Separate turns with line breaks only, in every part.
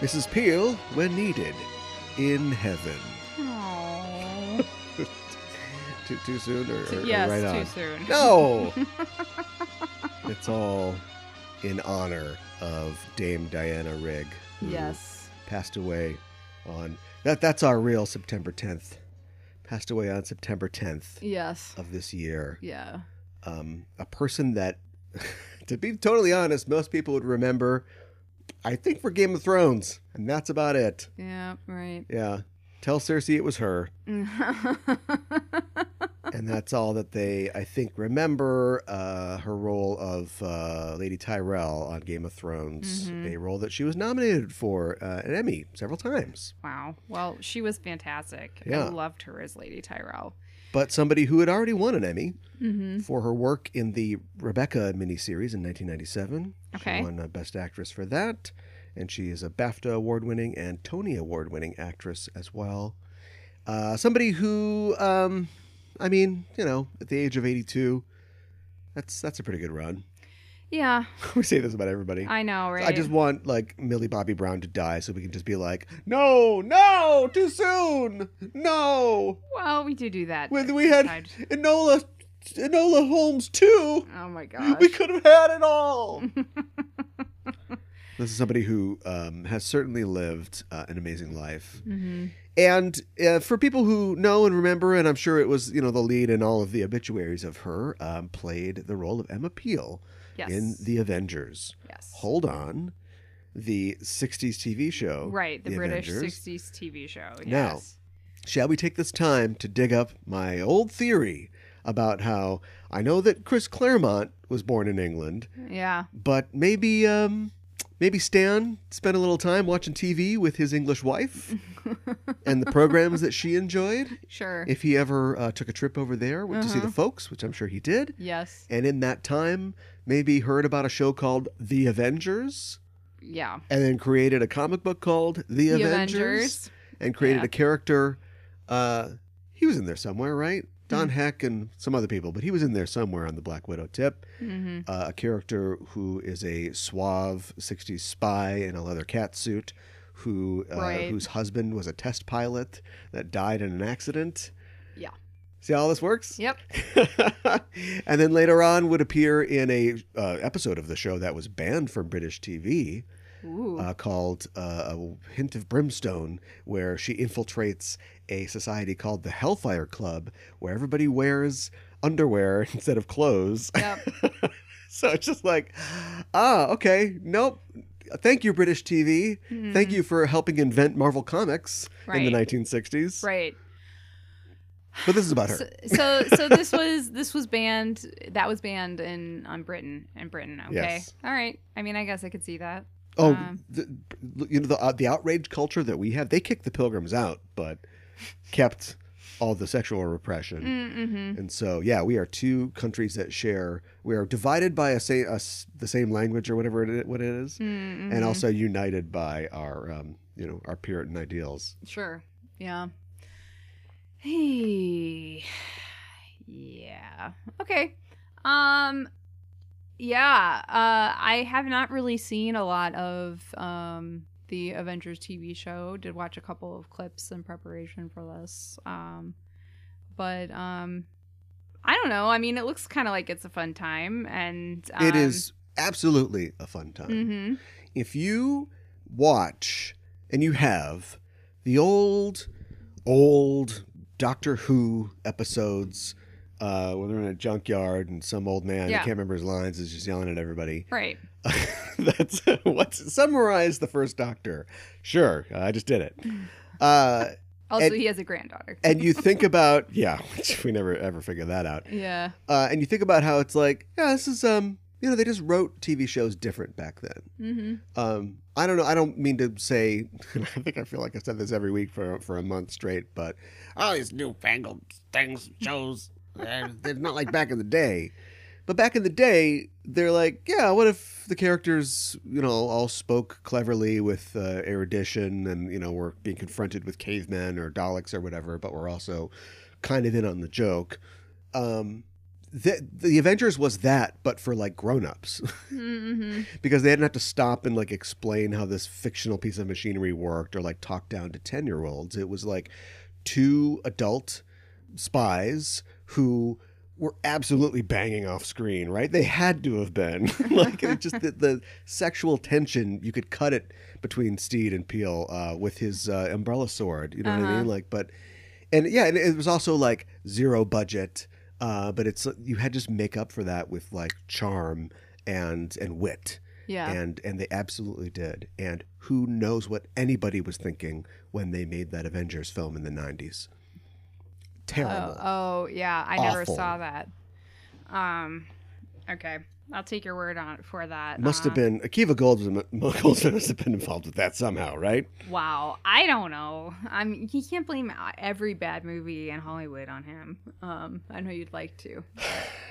Mrs. Peel, when needed, in heaven.
Aww.
Too, too soon or, or- or
yes,
right
too
on?
soon.
No! it's all in honor of Dame Diana Rigg. who
yes.
Passed away on. that. That's our real September 10th. Passed away on September 10th
Yes.
of this year.
Yeah.
um, a person that, to be totally honest, most people would remember, I think, for Game of Thrones. And that's about it.
Yeah. Right.
Yeah. Tell Cersei it was her.
yes.
And that's all that they, I think, remember uh, her role of uh, Lady Tyrell on Game of Thrones,
Mhm.
a role that she was nominated for uh, an Emmy several times.
Wow. Well, she was fantastic.
Yeah.
I loved her as Lady Tyrell.
But somebody who had already won an Emmy
Mm-hmm.
for her work in the Rebecca miniseries in 1997.
Okay.
She won a Best Actress for that, and she is a BAFTA award winning and Tony award winning actress as well. Uh, somebody who, um, I mean, you know, at the age of 82, that's that's a pretty good run.
Yeah.
we say this about everybody.
I know, right?
I just want like Millie Bobby Brown to die so we can just be like, no, no, too soon, no.
Well, we do do that.
When we had
I just-
Enola, Enola Holmes too.
Oh my gosh.
We could have had it all. this is somebody who um, has certainly lived uh, an amazing life.
hmm
And uh, for people who know and remember, and I'm sure it was, you know, the lead in all of the obituaries of her, um, played the role of Emma Peel
Yes.
in The Avengers.
yes.
Hold on. The 60s TV show.
right. The, British
Avengers.
60s TV show.
Now,
Yes.
Shall we take this time to dig up my old theory about how I know that Chris Claremont was born in England,
Yeah.
but maybe um maybe Stan spent a little time watching TV with his English wife and the programs that she enjoyed
Sure.
if he ever uh, took a trip over there went to see
Uh-huh.
the folks which I'm sure he did
yes.
and in that time maybe heard about a show called The Avengers
Yeah.
and then created a comic book called The, Avengers, and created
yeah.
a character uh he was in there somewhere right
Hmm.
Don Heck and some other people but he was in there somewhere on the Black Widow tip
hmm
uh, a character who is a suave 60s spy in a leather cat suit who uh,
Right.
whose husband was a test pilot that died in an accident
Yeah.
see how this works
Yep.
and then later on would appear in a uh, episode of the show that was banned from british tv
Ooh.
uh, called uh, a hint of brimstone where she infiltrates a society called the hellfire club where everybody wears underwear instead of clothes
yep.
so it's just like, ah, okay, nope. Thank you, British TV.
Mm-hmm.
Thank you for helping invent Marvel Comics in the
Right.
1960s.
Right.
But this is about her.
So, so, so this was this was banned. That was banned in on Britain in Britain. Okay.
Yes.
All right. I mean, I guess I could see that.
oh,
um,
the, you know the uh, the outrage culture that we have. They kicked the Pilgrims out, but kept all the sexual repression.
Mm-hmm.
And so, yeah, we are two countries that share. We are divided by a, sa- a s- the same language or whatever it, i- what it is,
mm
and also united by our um, you know our Puritan ideals.
Sure. Yeah. Hey. Yeah. Okay. Um yeah, uh I have not really seen a lot of um the Avengers TV show. Did watch a couple of clips in preparation for this. Um but um I don't know. I mean, it looks kind of like it's a fun time and um,
it is absolutely a fun time.
Mhm.
if you watch and you have the old old doctor who episodes uh, when they're in a junkyard and some old man i
Yeah.
can't remember his lines is just yelling at everybody
Right.
that's what's summarize the first doctor sure i just did it uh,
Also,
And-
he has a granddaughter.
and you think about yeah which we never ever figure that out
yeah.
uh, and you think about how it's like yeah this is um you know they just wrote tv shows different back then
Mhm.
um, I don't know. I don't mean to say. I think I feel like I said this every week for for a month straight, but all these newfangled things shows. eh, They're not like back in the day. But back in the day, they're like, yeah. What if the characters, you know, all spoke cleverly with uh, erudition, and you know, we're being confronted with cavemen or Daleks or whatever, but we're also kind of in on the joke. Um, the, the Avengers was that, but for like grown-ups
Mm-hmm.
because they didn't have to stop and like explain how this fictional piece of machinery worked or like talk down to 10-year-olds. It was like two adult spies who were absolutely banging off screen, right? They had to have been. like it just the, the sexual tension, you could cut it between Steed and Peel uh, with his uh, umbrella sword, you know what I
Uh-huh.
mean? Like but and yeah, and it was also like zero budget, uh, but it's you had to just make up for that with like charm and and wit
Yeah.
and and they absolutely did and who knows what anybody was thinking when they made that avengers film in the 90s terrible
Oh, oh, yeah, I never
Awful.
saw that. Um, okay, I'll take your word on it for that.
must have
Uh,
been akiva goldsman, goldsman must have been involved with that somehow right
Wow, I don't know. I mean, you can't blame uh, every bad movie in Hollywood on him. Um, I know you'd like to.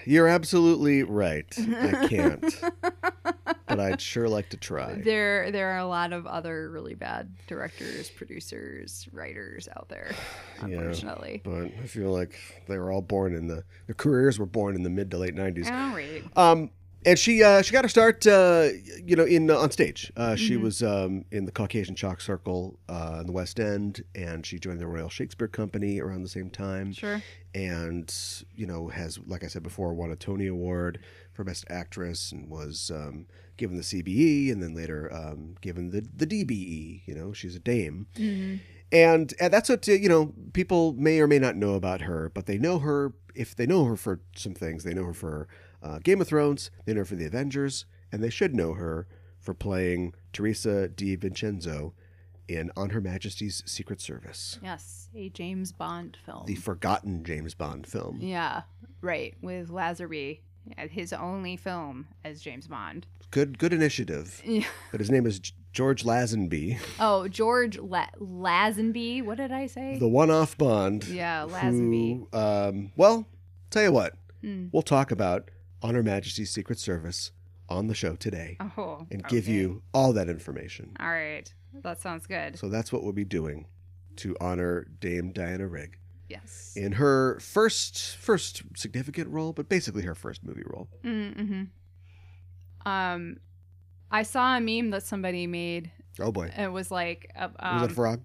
you're absolutely right i can't but i'd sure like to try
There, there are a lot of other really bad directors, producers, writers out there.
Yeah.
Unfortunately.
but i feel like they were all born in the their careers were born in the mid to late 90s
All right.
Um, and she uh, she got her start, uh, you know, in uh, on stage. Uh, She
Mhm.
was um, in the Caucasian Chalk Circle uh, in the West End, and she joined the Royal Shakespeare Company around the same time.
Sure.
And you know, has like I said before, won a Tony Award for Best Actress, and was um, given the CBE, and then later um, given the the DBE. You know, she's a dame.
Mm-hmm.
And, and that's what, uh, you know, people may or may not know about her, but they know her, if they know her for some things, they know her for uh, Game of Thrones, they know her for The Avengers, and they should know her for playing Teresa Di Vincenzo in On Her Majesty's Secret Service,
Yes, a James Bond film.
the forgotten James Bond film.
yeah, right. With Lazarby, his only film as James Bond.
Good, good initiative.
Yeah.
But his name is G- George Lazenby,
Oh, George La- Lazenby. What did I say?
the one-off Bond.
yeah, Lazenby.
who, um, well, tell you what,
Mm.
we'll talk about On Her Majesty's Secret Service on the show today.
Oh,
and give
okay.
you all that information.
All right, that sounds good.
So that's what we'll be doing to honor Dame Diana Rigg
yes.
in her first first significant role, but basically her first movie role.
Mm-hmm. Um, I saw a meme that somebody made.
Oh boy,
It was like, uh,
was that
um,
frog?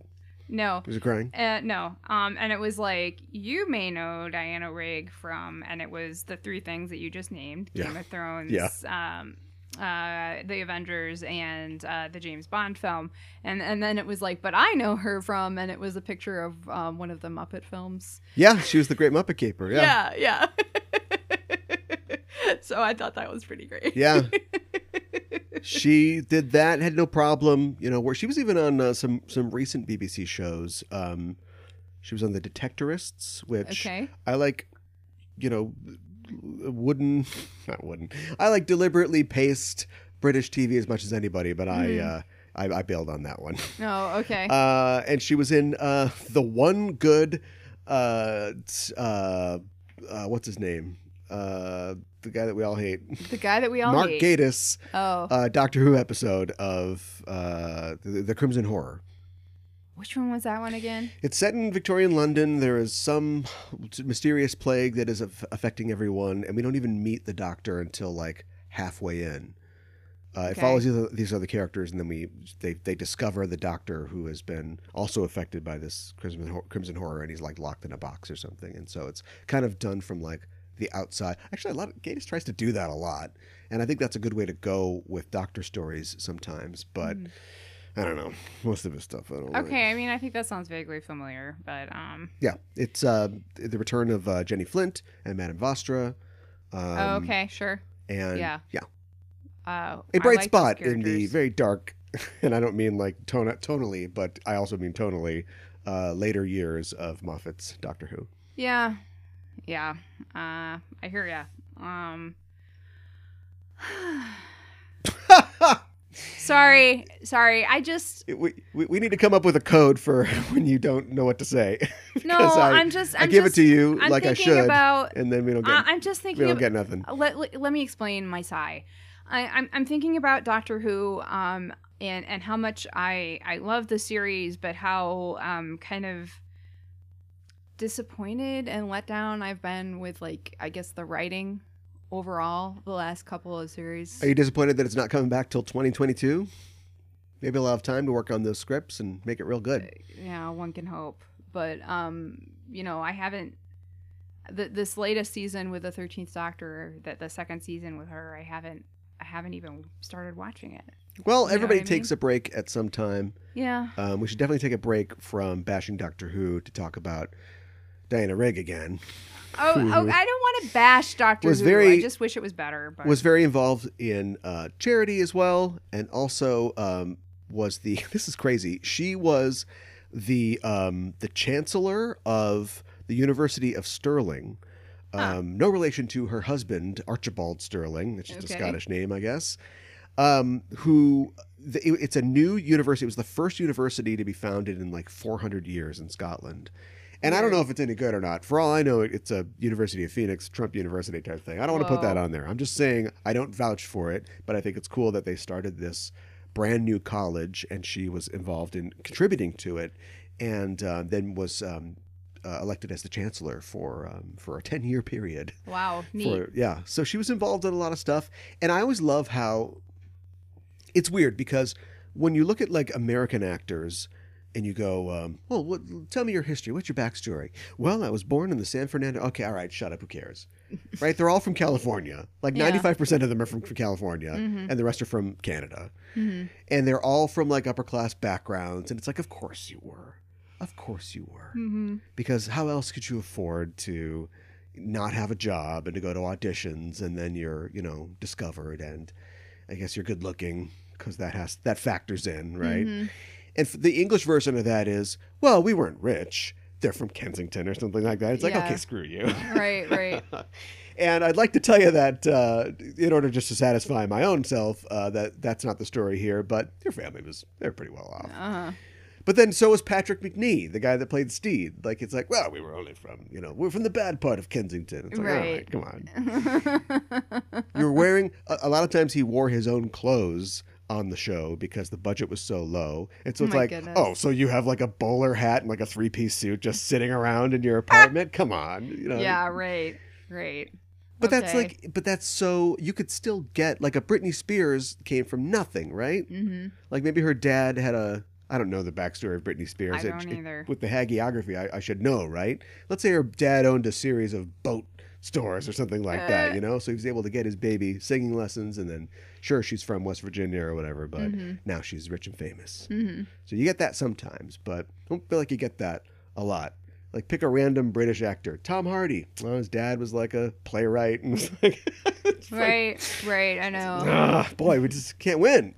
no,
Was it crying?
Uh, no. Um, and it was like, you may know Diana Rigg from, and it was the three things that you just named
Yeah.
Game of Thrones,
Yeah.
um, uh, The Avengers, and uh, the James Bond film. And, and then it was like, but I know her from, and it was a picture of um, one of the Muppet films.
Yeah, she was the Great Muppet Caper. Yeah,
Yeah. yeah. so I thought that was pretty great.
yeah. she did that. Had no problem. You know, where she was even on uh, some some recent BBC shows. Um, she was on The Detectorists, which
okay.
I like, you know, wooden, not wooden. I like deliberately paced British TV as much as anybody, but I,
Mhm.
uh, I, I bailed on that one.
No, okay.
Uh, and she was in uh, the one good, uh, t- uh, uh, what's his name? Uh, the guy that we all hate,
the guy that we all
Mark
hate.
Gatiss,
Oh,
uh, Doctor Who episode of uh, the, the Crimson Horror.
which one was that one again?
It's set in Victorian London. There is some mysterious plague that is aff- affecting everyone, and we don't even meet the doctor until like halfway in. Uh, It
Okay.
follows these other- these other characters, and then we they, they discover the doctor who has been also affected by this crimson Hor- crimson horror, and he's like locked in a box or something. And so it's kind of done from like the outside. Actually, a lot of Gatiss tries to do that a lot, and I think that's a good way to go with doctor stories sometimes. But
Mm.
I don't know, most of his stuff I don't. like.
Hmm. Okay, I mean, I think that sounds vaguely familiar, but um,
Yeah, it's uh, the return of uh, Jenny Flint and Madame Vostra. Um,
oh, okay, sure.
And
Yeah.
yeah,
Uh,
a
I
bright
like
spot
those
in the
characters.
very dark, and I don't mean like tone- tonally, but I also mean tonally, uh, later years of Moffat's Doctor Who.
yeah, yeah. Uh, I hear ya. Um, sorry, sorry. I just
we, we, we need to come up with a code for when you don't know what to say.
no.
Because I-
am just. I'm
I give
just,
it to you
I'm
like I
thinking
should,
about.
and then we don't
I-
get
I'm just
we
thinking.
don't
About,
get nothing.
let, let, let me explain my sigh. I, I'm I'm thinking about Doctor Who. Um, and and how much I I love the series, but how um kind of disappointed and let down I've been with like I guess the writing overall the last couple of series.
Are you disappointed that it's not coming back till 2022? Maybe I'll have time to work on those scripts and make it real good.
yeah, one can hope. But um, you know, I haven't th- this latest season with the Thirteenth Doctor, that the second season with her, I haven't, I haven't even started watching it.
Well,
You know
everybody
what I
takes
mean?
a break at some time.
Yeah,
Um, we should definitely take a break from bashing Doctor Who to talk about Diana Rigg again.
Oh, oh I don't want to bash Doctor
Was
Who.
very-
I just wish it was better. But
was very involved in uh, charity as well, and also um, was the this is crazy. She was the um, the chancellor of the University of Stirling. Um,
Huh.
No relation to her husband Archibald Stirling. It's just
Okay.
a Scottish name, I guess. Um, who the, it- it's a new university. It was the first university to be founded in like 400 years in Scotland. And I don't know if it's any good or not. For all I know, it's a University of Phoenix, Trump University type thing. I don't want to put that
Whoa.
on there. I'm just saying I don't vouch for it, but I think it's cool that they started this brand new college and she was involved in contributing to it and uh, then was um, uh, elected as the chancellor for, um, for a 10 year period
wow, neat.
for yeah. So she was involved in a lot of stuff, and I always love how it's weird because when you look at like American actors. And you go, um, well, what, tell me your history. What's your backstory? Well, I was born in the San Fernando. Okay, all right, shut up. Who cares? Right? They're all from California. Like
Yeah.
95% of them are from, from California,
Mhm.
and the rest are from Canada.
Mhm.
And they're all from like upper class backgrounds. And it's like, of course you were. Of course you were
Mhm.
because how else could you afford to not have a job and to go to auditions and then you're you know discovered and i guess you're good looking because that has that factors in right
Mhm.
and f- the english version of that is well we weren't rich they're from kensington or something like that it's like
Yeah.
okay screw you
Right, right.
and I'd like to tell you that, uh, in order just to satisfy my own self, uh, that that's not the story here. But your family was—they're pretty well off.
Uh-huh.
But then so was Patrick McNee, the guy that played Steed. Like it's like, well, we were only from, you know, we're from the bad part of Kensington. It's like, all right,
Right.
come on. You're wearing a, a lot of times he wore his own clothes on the show because the budget was so low. And so
Oh
it's
my
like,
goodness.
oh, so you have like a bowler hat and like a three-piece suit just sitting around in your apartment? come on, you know.
yeah, right, right.
But that's
Okay.
like but that's so you could still get like a Britney Spears came from nothing, right?
Mhm.
Like maybe her dad had a I don't know the backstory of Britney Spears.
I
It-
don't
it-
either.
with the hagiography, I, I should know, right? Let's say her dad owned a series of boat stores or something like that,
Uh.
you know. So he was able to get his baby singing lessons, and then sure she's from West Virginia or whatever, but
Mhm.
now she's rich and famous.
Mhm.
So you get that sometimes, but I don't feel like you get that a lot. Like pick a random British actor, Tom Hardy. Well, his dad was like a playwright, and was like, it's like,
Right, right. I know.
Ah, boy, we just can't win.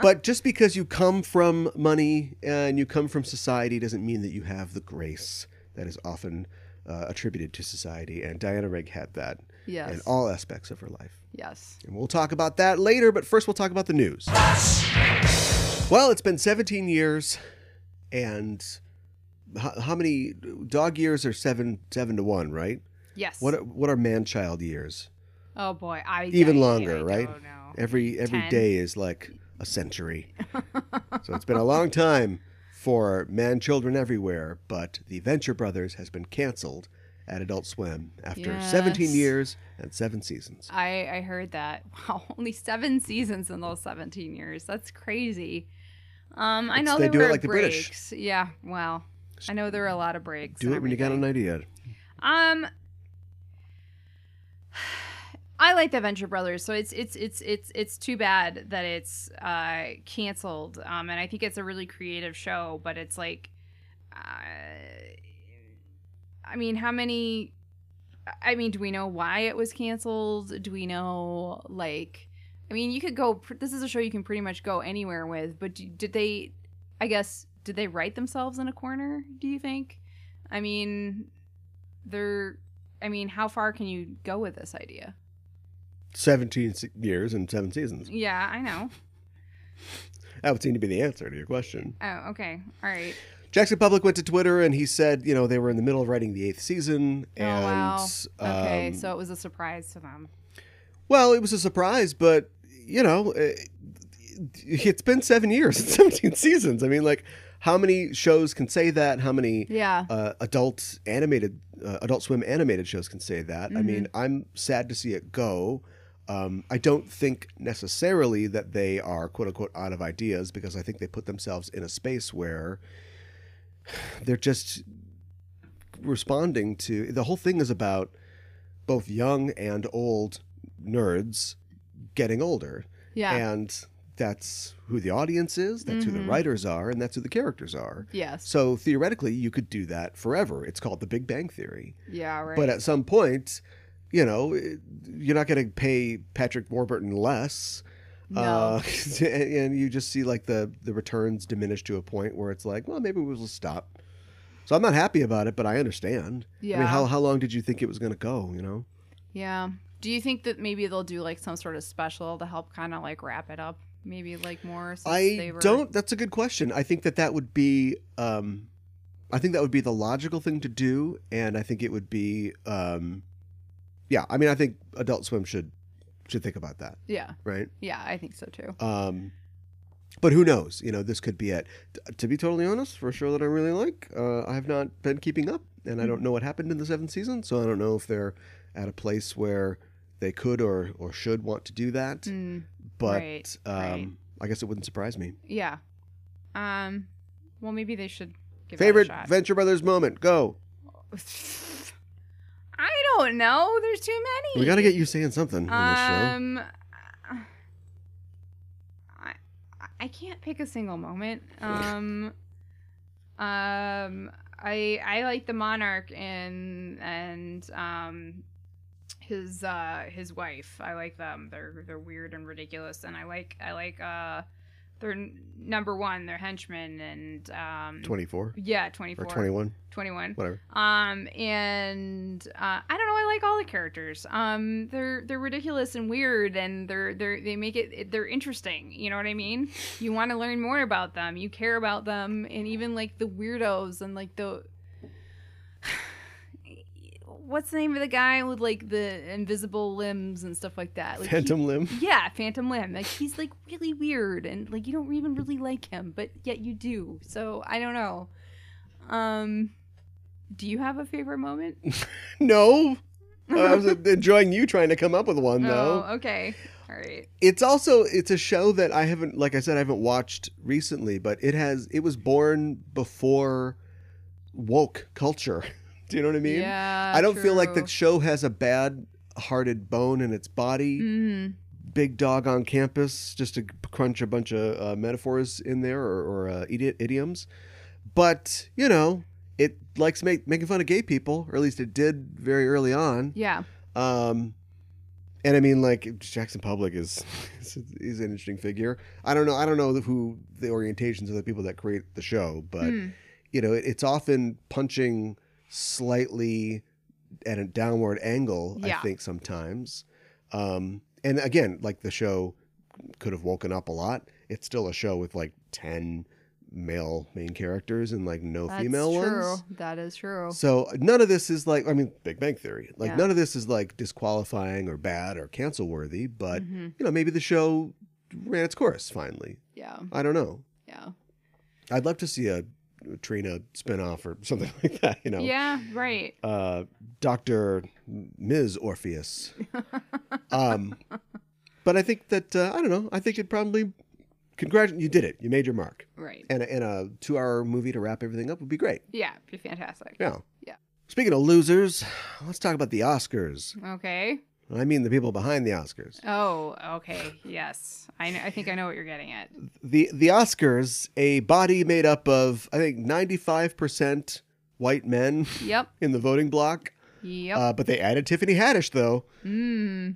but just because you come from money and you come from society doesn't mean that you have the grace that is often uh, attributed to society. And Diana Rigg had that in
Yes.
all aspects of her life.
Yes.
And we'll talk about that later, but first we'll talk about the news. Well, it's been 17 years, and how, how many dog years are seven seven to one, right?
Yes.
What are, what are man child years?
Oh boy, I
Even
I-
longer,
I
right?
don't know.
Every every day
Ten.
is like a century. so it's been a long time for man children everywhere, but the Venture Brothers has been canceled at Adult Swim after 17
Yes.
years and 7 seasons.
I I heard that. Wow, only seven seasons in those seventeen years. That's crazy. Um, I
It's-
know
they
there
do it
were
like the British.
breaks. Yeah, wow. I know there were a lot of breaks.
Do
and
it when you got an idea.
everything. Um, I like the Venture Brothers, so it's it's it's it's it's too bad that it's uh canceled. Um, and I think it's a really creative show, but it's like, uh, I mean, how many? I mean, do we know why it was canceled? Do we know like? I mean, you could go. pr- This is a show you can pretty much go anywhere with. But do, did they? I guess did they write themselves in a corner? Do you think? I mean, they're i mean how far can you go with this idea
17 se- years and 7 seasons.
yeah i know
That would seem to be the answer to your question.
oh okay all right
Jackson Public went to Twitter and he said, you know, they were in the middle of writing the 8th season
Oh,
and
wow. okay
um,
so it was a surprise to them
Well, it was a surprise, but you know, eh, it's been seven years, and 17 seasons. I mean, like, how many shows can say that? How many
Yeah.
uh, adult animated, uh, Adult Swim animated shows can say that? I
Mhm.
mean, I'm sad to see it go. Um, I don't think necessarily that they are quote unquote out of ideas because I think they put themselves in a space where they're just responding to the whole thing is about both young and old nerds getting older
Yeah.
and that's who the audience is that's who the
Mhm.
writers are and that's who the characters are
yes.
so theoretically you could do that forever it's called the big bang theory
Yeah. Right.
but uh, at some point you know it- you're not going to pay patrick warburton less
no.
uh, and, and you just see like the the returns diminish to a point where it's like well maybe we'll just stop so i'm not happy about it but i understand
yeah.
i mean how, how long did you think it was going to go you know
yeah. Do you think that maybe they'll do like some sort of special to help kind of like wrap it up? Maybe like more. Since they
I
were...
don't. That's a good question. I think that that would be. Um, I think that would be the logical thing to do, and I think it would be. Um, yeah, I mean, I think Adult Swim should should think about that,
Yeah.
right?
Yeah. I think so too.
Um, but who knows? You know, this could be it. T- to be totally honest, for a show that I really like, uh, I have not been keeping up, and I
Hmm.
don't know what happened in the seventh season, so I don't know if they're at a place where they could or or should want to do that.
Mm,
But
right,
um,
right.
I guess it wouldn't surprise me.
yeah. Um. Well, maybe they should. Give that
Favorite
A shot.
Venture Brothers moment? Go.
I don't know. There's too many.
We got to get you saying something on
Um, I I can't pick a single moment. Um, um, I I like the monarch and and um his uh his wife. I like them. They're they're weird and ridiculous, and I like I like uh they're number one. They're henchmen and um
this show. 24
yeah
or
24,
21,
21
whatever.
um and uh, i don't know i like all the characters um they're they're ridiculous and weird and they're they're they make it they're interesting you know what i mean you want to learn more about them you care about them and even like the weirdos and like the what's the name of the guy with like the invisible limbs and stuff like that like he-
Phantom Limb.
yeah, Phantom Limb. Like he's like really weird and like you don't even really like him, but yet you do. So I don't know. Um do you have a favorite moment?
No, I was enjoying you trying to come up with one though.
Oh, okay. All right.
It's also it's a show that I haven't, like I said, I haven't watched recently, but it has. It was born before woke culture. Do you know what I mean?
yeah.
I don't feel like
true.
the show has a bad-hearted bone in its body.
Mhm.
big dog on campus just to crunch a bunch of uh, metaphors in there or, or uh, idi- idioms but you know it likes make, making fun of gay people or at least it did very early on
Yeah.
um, and i mean like jackson public is is an interesting figure i don't know i don't know who the orientations of the people that create the show but
Mm.
you know it, it's often punching slightly at a downward angle
Yeah.
i think sometimes um and again like the show could have woken up a lot it's still a show with like 10 male main characters and like no
That's
female
true.
ones
That is true.
so none of this is like i mean big bang theory like
Yeah.
none of this is like disqualifying or bad or cancel worthy but
Mhm.
you know maybe the show ran its course finally
Yeah.
i don't know
Yeah.
i'd love to see a trina spin-off or something like that you know
Yeah, right.
uh, Doctor Ms. Orpheus. um, but I think that uh, I don't know. I think it probably congratulate you did it. You made your mark,
Right.
and a, and a two-hour movie to wrap everything up would be great.
Yeah, be fantastic.
Yeah.
Yeah.
Speaking of losers, let's talk about the Oscars.
Okay.
I mean the people behind the Oscars.
Oh, okay. Yes. I kn- I think I know what you're getting at.
The the Oscars, a body made up of I think ninety-five percent white men
Yep.
in the voting block.
Yep.
Uh, but they added Tiffany Haddish though.
mm.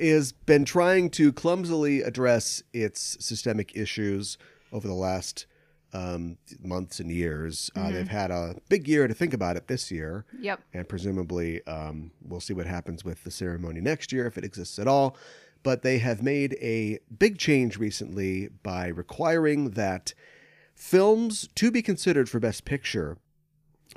has been trying to clumsily address its systemic issues over the last um, months and years. Uh,
Mhm.
they've had a big year to think about it this year,
Yep.
and presumably um, we'll see what happens with the ceremony next year if it exists at all. But they have made a big change recently by requiring that films to be considered for Best Picture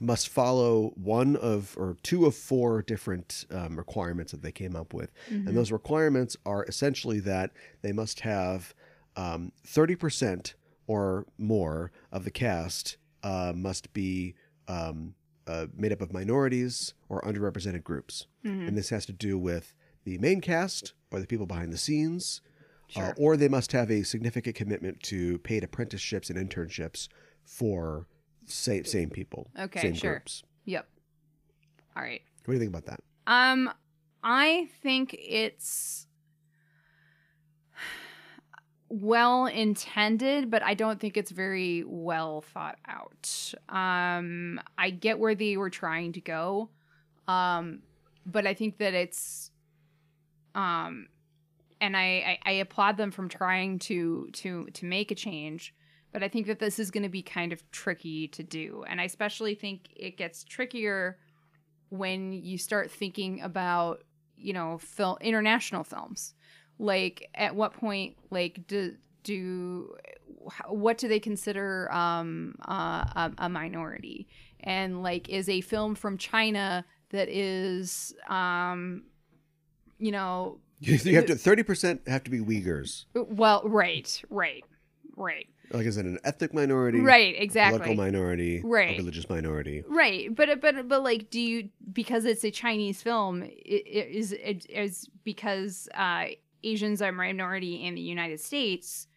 must follow one of or two of four different um, requirements that they came up with.
Mhm.
And those requirements are essentially that they must have um, 30% or more of the cast uh, must be um, uh, made up of minorities or underrepresented groups.
Mhm.
And uh, this has to do with the main cast or the people behind the scenes, uh,
Sure.
or they must have a significant commitment to paid apprenticeships and internships for same, same people.
Okay,
same
sure.
groups.
Yep. All right.
What do you think about that?
Um, I think it's well intended, but I don't think it's very well thought out. Um, I get where they were trying to go, um, but I think that it's, um, and I, I, I applaud them from trying to to to make a change. But I think that this is going to be kind of tricky to do, and I especially think it gets trickier when you start thinking about you know film international films like at what point like do do wh- what do they consider um uh, a, a minority and like is a film from china that is um you know
You, you have to 30% have to be Uyghurs.
well right right right
Like, is it an ethnic minority?
right
Political
exactly
minority? a
Right.
religious minority?
Right, but uh, but but like, do you because it's a Chinese film? It, it is it is because uh, Asians are minority in the United States.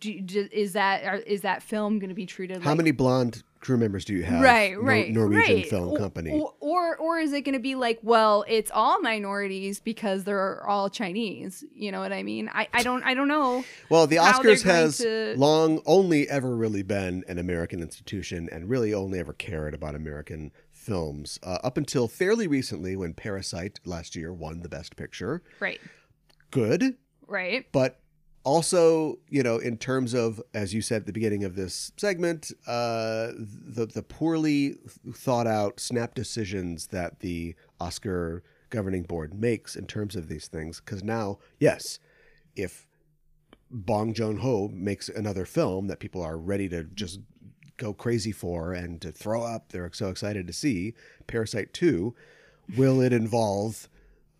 Do, do, is that are, is that film going to be treated?
How
like,
many blonde crew members do you have?
right,
Nor-
right,
Norwegian
right.
film
Or-
company.
or, or or is it going to be like, well, it's all minorities because they're all Chinese? You know what I mean? I, I don't I don't know.
well, the
how they're
Oscars
going
has
to-
long only ever really been an American institution and really only ever cared about American films uh, up until fairly recently when Parasite last year won the Best Picture.
Right,
Good.
right,
but also you know in terms of as you said at the beginning of this segment uh the the poorly thought out snap decisions that the oscar governing board makes in terms of these things because now yes if bong joon-ho makes another film that people are ready to just go crazy for and to throw up they're so excited to see parasite 2 will it involve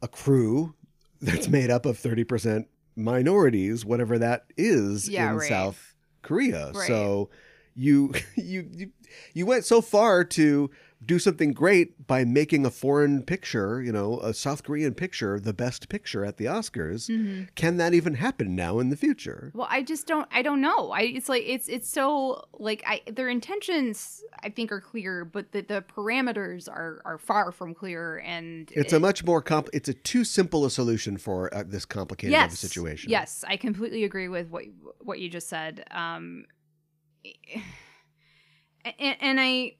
a crew that's made up of 30% minorities whatever that is
Yeah,
in
right.
south korea
Right.
so you, you you you went so far to do something great by making a foreign picture you know a south korean picture the best picture at the oscars
hmm
can that even happen now in the future
Well, I just don't. I don't know. I it's like it's it's so like I their intentions I think are clear, but the the parameters are are far from clear. And
it's a much more comp it's a too simple a solution for uh, this complicated of a situation
Yes, I completely agree with what what you just said. Um, and, and I,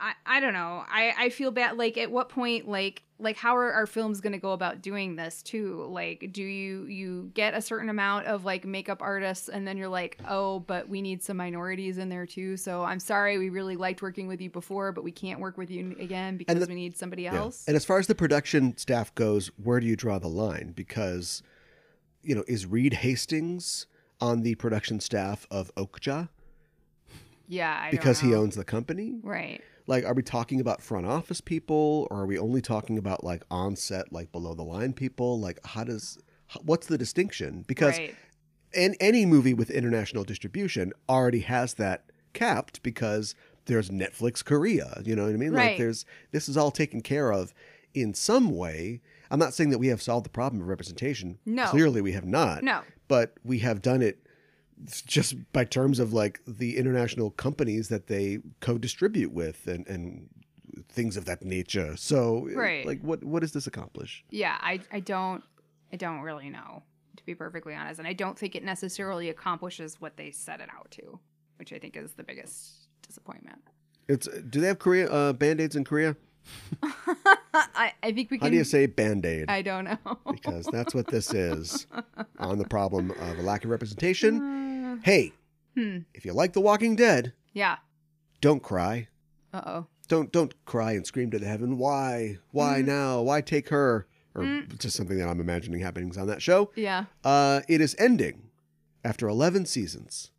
I, I don't know. I I feel bad. Like, at what point, like, like how are our films going to go about doing this too? Like, do you you get a certain amount of like makeup artists, and then you're like, oh, but we need some minorities in there too. So I'm sorry, we really liked working with you before, but we can't work with you again because
the-
we need somebody
Yeah.
else.
And as far as the production staff goes, where do you draw the line? Because, you know, is Reed Hastings on the production staff of Okja
yeah, I
because
don't
he
know.
owns the company?
right.
Like, are we talking about front office people, or are we only talking about like on set, like below the line people? Like, how does how- what's the distinction? Because
right.
and any movie with international distribution already has that capped because there's Netflix Korea. You know what I mean? Like
Right.
there's this is all taken care of in some way. I'm not saying that we have solved the problem of representation.
No.
Clearly we have not.
No.
But we have done it just by terms of like the international companies that they co-distribute with and and things of that nature. So
Right.
like what what does this accomplish?
yeah i i don't i don't really know to be perfectly honest and i don't think it necessarily accomplishes what they set it out to which i think is the biggest disappointment
It's do they have Korea uh, band-aids in Korea?
I, I think we
How
can
do you say band-aid?
i don't know
because that's what this is on the problem of a lack of representation. Hey,
hmm.
if you like The Walking Dead,
yeah
don't cry.
uh-oh
Don't don't cry and scream to the heaven. Why? Why
Mm.
now? Why take her? Or just something that I'm imagining happenings on that show.
yeah
Uh, it is ending after 11 seasons,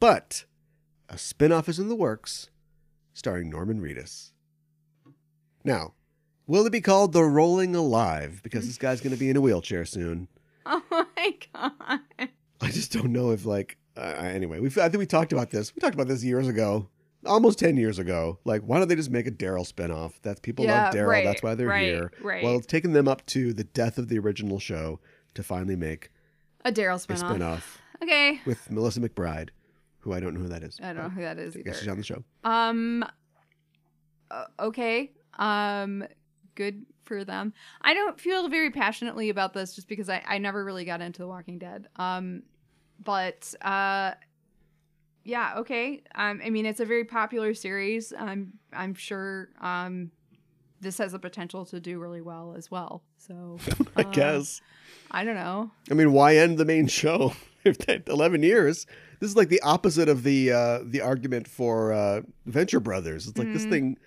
but a spinoff is in the works, starring Norman Reedus. Now, will it be called The Rolling Alive? Because this guy's going to be in a wheelchair soon.
oh my Oh god
I I just don't know if like uh, anyway. We I think we talked about this. We talked about this years ago, almost ten years ago. Like, why don't they just make a Daryl spinoff? That's people love Daryl.
right,
that's why they're
right,
here.
Right.
Well, it's taken them up to the death of the original show to finally make
a Daryl
a
spinoff.
spinoff
Okay.
with Melissa McBride, who I don't know who that is.
I don't know who that is
I guess she's
either.
on the show.
Um. uh, okay. Um. Good for them. I don't feel very passionately about this just because I I never really got into The Walking Dead. Um. But uh. Yeah. Okay. Um. I mean, it's a very popular series. I'm I'm sure. Um. This has the potential to do really well as well. So
I
uh,
guess.
I don't know.
I mean, why end the main show if that eleven years? This is like the opposite of the uh, the argument for uh, Venture Brothers. It's like this
Mhm.
thing,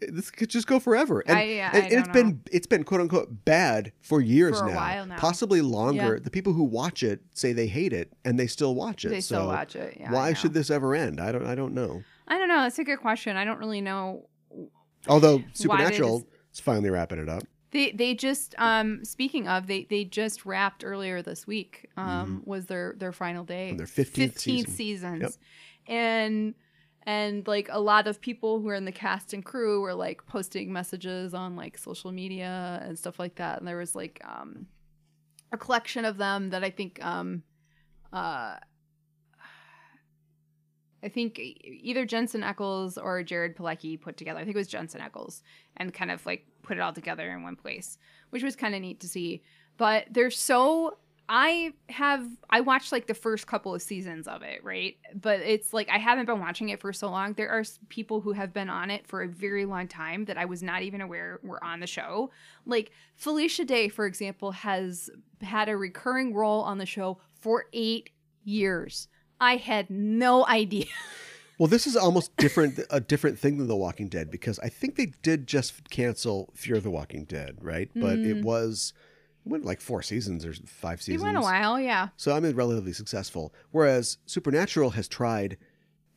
this could just go forever. And,
I- yeah,
and
I
it's
don't
been it's been quote unquote bad for years
For a
now,
while now.
possibly longer. The people who watch it say they hate it, and they still watch it.
They
so
still watch it. Yeah. I
why
know.
should this ever end? I don't I don't know.
I don't know. That's a good question. I don't really know
Although
they
Supernatural
just-
is finally wrapping it up.
They they just um speaking of they they just wrapped earlier this week um was their their final day
On their 15th season.
seasons
Yep.
and and like a lot of people who are in the cast and crew were like posting messages on like social media and stuff like that and there was like um a collection of them that I think um uh I think e- either Jensen Eccles or Jared Pilecki put together. I think it was Jensen Eccles and kind of like put it all together in one place, which was kind of neat to see. But they're so I have I watched like the first couple of seasons of it, right? But it's like I haven't been watching it for so long. There are s- people who have been on it for a very long time that I was not even aware were on the show. Like Felicia Day, for example, has had a recurring role on the show for 8 years. I had no idea.
Well, this is almost different a different thing than The Walking Dead because I think they did just cancel Fear the Walking Dead, right? But it was it went like four seasons or five
Mm. It
seasons.
went a while, yeah.
So I'm relatively successful. Whereas Supernatural has tried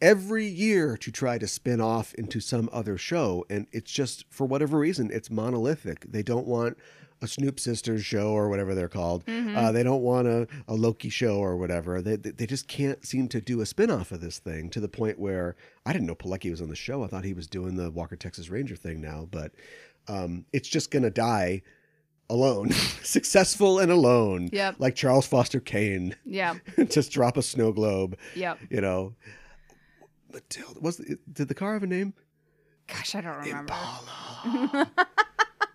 every year to try to spin off into some other show, and it's just for whatever reason it's monolithic. They don't want a Snoop Sisters show or whatever they're called. Uh, they don't want a, a Loki show or whatever. They, they they just can't seem to do a spin off of this thing to the point where I didn't know Pilecki was on the show. I thought he was doing the Walker Texas Ranger thing now, but um, it's just gonna die alone, successful and alone
Yep.
like Charles Foster Kane,
Yeah.
just drop a snow globe,
Yep.
you know. Matilda, was it, did the car have a name?
Gosh, I don't remember.
Impala.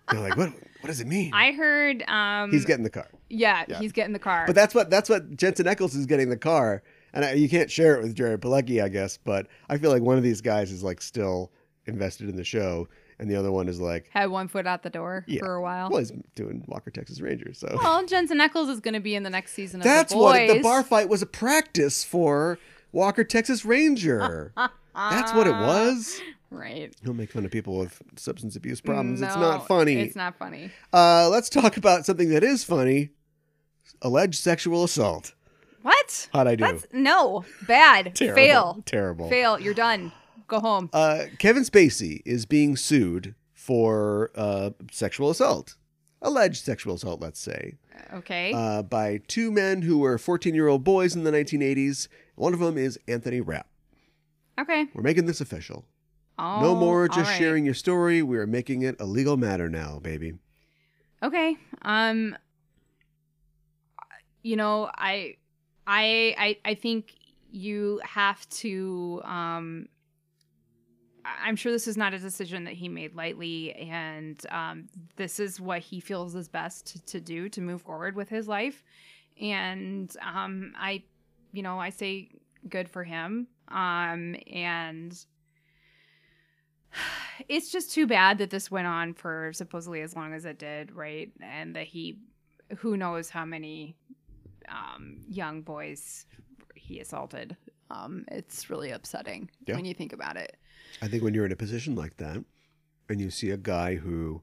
They're like, what? What does it mean?
I heard um
he's getting the car,
yeah,
yeah.
he's getting the car.
but that's what that's what Jensen Eccles is getting the car, and I, you can't share it with Jared Pilecki, I guess. But I feel like one of these guys is like still invested in the show, and the other one is like,
had one foot out the door
Yeah.
for a while.
well, he's doing Walker Texas Ranger, so.
Well, Jensen Eccles is going to be in the next season of
That's
The Boys.
what the bar fight was a practice for Walker Texas Ranger. That's what it was.
Right.
Don't make fun of people with substance abuse problems. it's
No,
not funny.
It's not funny.
Uh, let's talk about something that is funny: alleged sexual assault.
What?
How'd I do?
That's no bad.
Terrible.
Fail.
Terrible.
Fail. You're done. Go home.
Uh, Kevin Spacey is being sued for uh, sexual assault, alleged sexual assault. Let's say
Okay.
uh, by two men who were 14-year-old boys in the 1980s. One of them is Anthony Rapp.
okay.
We're making this official.
Oh,
No more
all
just
right.
sharing your story. We are making it a legal matter now, baby.
Okay. Um you know, I I I I think you have to um I- I'm sure this is not a decision that he made lightly, and um, this is what he feels is best to, to do to move forward with his life. And um, I, you know, I say good for him. Um, and it's just too bad that this went on for supposedly as long as it did, right? And that he, who knows how many um, young boys he assaulted. Um, it's really upsetting
Yeah.
when you think about it.
I think when you're in a position like that and you see a guy who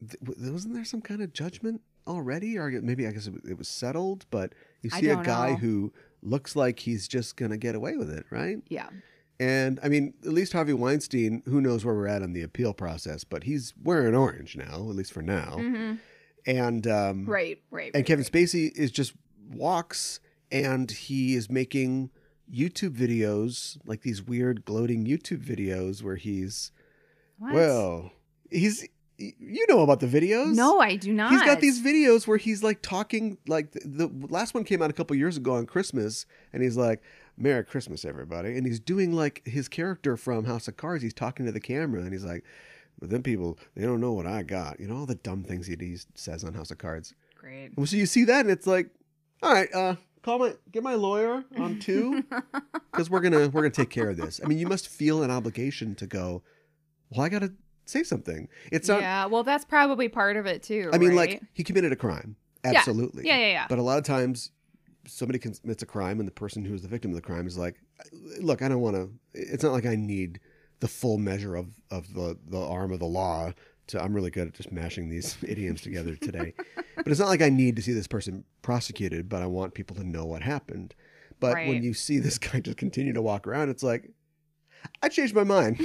th- w- wasn't there some kind of judgment already or maybe I guess it w- it was settled, but you
I
see a
don't
guy
know.
who looks like he's just going to get away with it, right?
Yeah.
And I mean, at least Harvey Weinstein, who knows where we're at on the appeal process, but he's wearing orange now, at least for now.
Mm-hmm.
And um
Right, right.
and
right,
Kevin
right.
Spacey is just walks and he is making YouTube videos, like these weird gloating YouTube videos where he's
What?
well, he's you know about the videos.
no, I do not.
He's got these videos where he's like talking like the, the last one came out a couple years ago on Christmas and he's like Merry Christmas everybody and he's doing like his character from House of Cards he's talking to the camera and he's like but them people they don't know what I got you know all the dumb things he he says on House of Cards
Great.
well, so you see that and it's like all right uh call my get my lawyer on two because we're gonna we're gonna take care of this I mean you must feel an obligation to go well I gotta say something it's not
yeah, well, that's probably part of it too.
I mean,
right?
like he committed a crime, absolutely.
yeah, yeah, yeah.
But a lot of times, somebody commits a crime, and the person who is the victim of the crime is like, "Look, I don't want to. It's not like I need the full measure of of the the arm of the law." To, I'm really good at just mashing these idioms together today, but it's not like I need to see this person prosecuted. But I want people to know what happened. But when
Right.
you see this guy just continue to walk around, it's like, I changed my mind.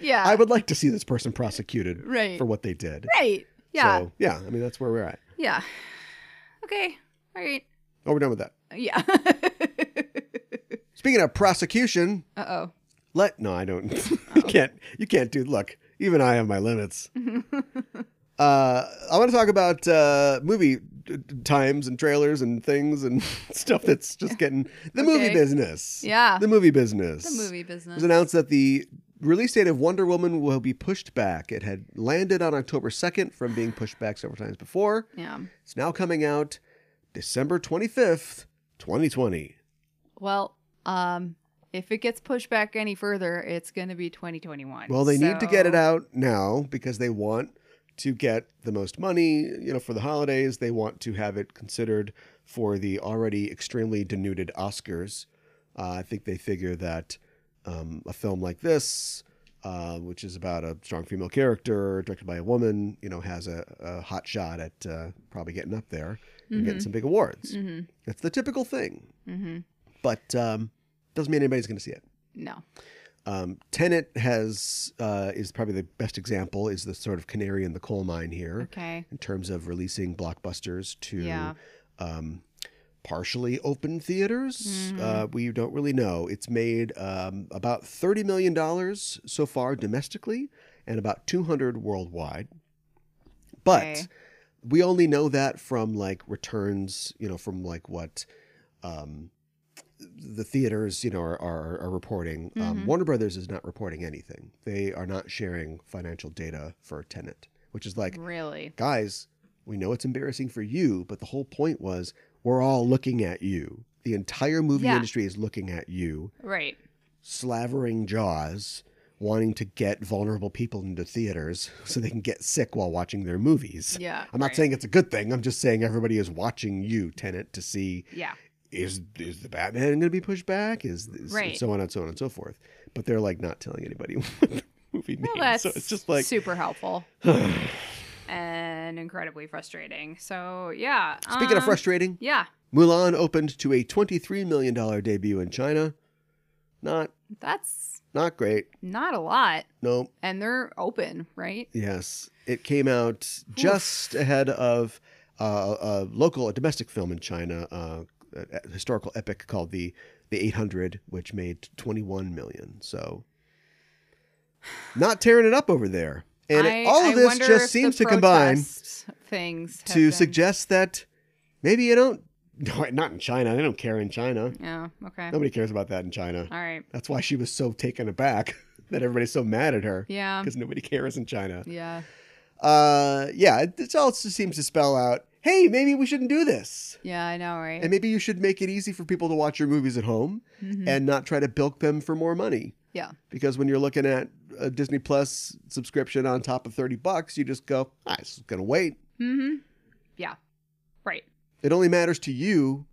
yeah,
I would like to see this person prosecuted
right,
for what they did.
right, yeah,
So, yeah. I mean, that's where we're at.
yeah. Okay, all right,
Oh, we're done with that.
yeah.
Speaking of prosecution,
uh oh.
let no, I don't. you can't. You can't do. Look, even I have my limits. uh, I want to talk about uh, movie d- d- times and trailers and things and stuff that's just getting the movie
Okay.
business.
Yeah,
the movie business.
the movie
It
business.
was announced that the release date of Wonder Woman will be pushed back. It had landed on October second from being pushed back several times before.
yeah.
It's now coming out December twenty fifth, twenty twenty.
Well, um, if it gets pushed back any further, it's going to be 2021.
Well, they need to get it
So-
out now because they want to get the most money, you know, for the holidays. They want to have it considered for the already extremely denuded Oscars. Uh, I think they figure that um, a film like this, uh, which is about a strong female character directed by a woman, you know, has a, a hot shot at uh, probably getting up there and getting some big awards.
Mhm.
That's the typical thing,
Mhm.
but um, doesn't mean anybody's going to see it.
No.
Um, Tenet has uh, is probably the best example. Is the sort of canary in the coal mine here
Okay.
in terms of releasing blockbusters to
Yeah.
um, partially open theaters. Uh, we don't really know. It's made um, about thirty million dollars so far domestically, and about two hundred worldwide. But
Okay.
we only know that from like returns. You know, from like what. Um, the theaters, you know, are are, are reporting. Um,
Mhm.
Warner Brothers is not reporting anything. They are not sharing financial data for Tenant, which is like,
Really?
guys, we know it's embarrassing for you, but the whole point was we're all looking at you. The entire movie
Yeah.
industry is looking at you,
Right.
slavering jaws, wanting to get vulnerable people into theaters so they can get sick while watching their movies.
Yeah.
I'm not
right.
saying it's a good thing. I'm just saying everybody is watching you, Tenant, to see
Yeah.
is is the Batman going to be pushed back? Is, is
Right.
so on and so on and so forth. But they're like not telling anybody what the movie
Well,
names.
that's
So it's just like
super helpful and incredibly frustrating. So yeah.
speaking of
um,
frustrating,
Yeah,
Mulan opened to a twenty three million dollar debut in China. Not
that's
not great.
not a lot,
No.
and they're open, right?
Yes, it came out just ahead of uh, a local, a domestic film in China, uh, a a historical epic called the the Eight Hundred, which made twenty one million. So, not tearing it up over there. And it-
I-
all
I
of this
wonder
just
if
seems
the
to combine
protest things have
to
been-
suggest that maybe you don't. No, not in China. They don't care in China.
Yeah. Okay.
Nobody cares about that in China.
All right.
That's why she was so taken aback that everybody's so mad at her
Yeah.
because nobody cares in China
Yeah.
uh yeah it, it also seems to spell out hey maybe we shouldn't do this
Yeah. I know, right?
and maybe you should make it easy for people to watch your movies at home
Mhm.
and not try to bilk them for more money
yeah.
because when you're looking at a disney plus subscription on top of 30 bucks you just go i this is gonna wait
Mm-hmm. Yeah. Right.
it only matters to you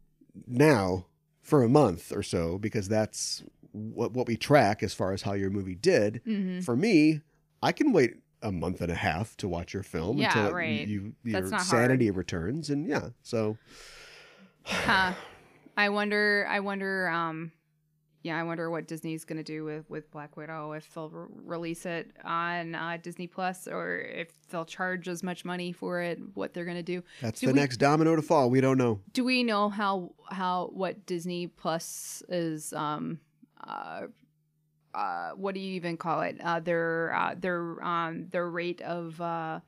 now for a month or so because that's what, what we track as far as how your movie did
Mm-hmm.
for me, I can wait a month and a half to watch your film
Yeah,
until it-
right.
you,
That's
your
not
sanity returns, and yeah, so
Huh. I wonder. I wonder. Um. yeah, I wonder what Disney's going to do with with Black Widow if they'll re- release it on uh, Disney Plus or if they'll charge as much money for it. What they're going to do?
That's
Do
the
we-
next domino to fall. We don't know.
Do we know how how what Disney Plus is um uh uh what do you even call it? Uh their uh their um their rate of uh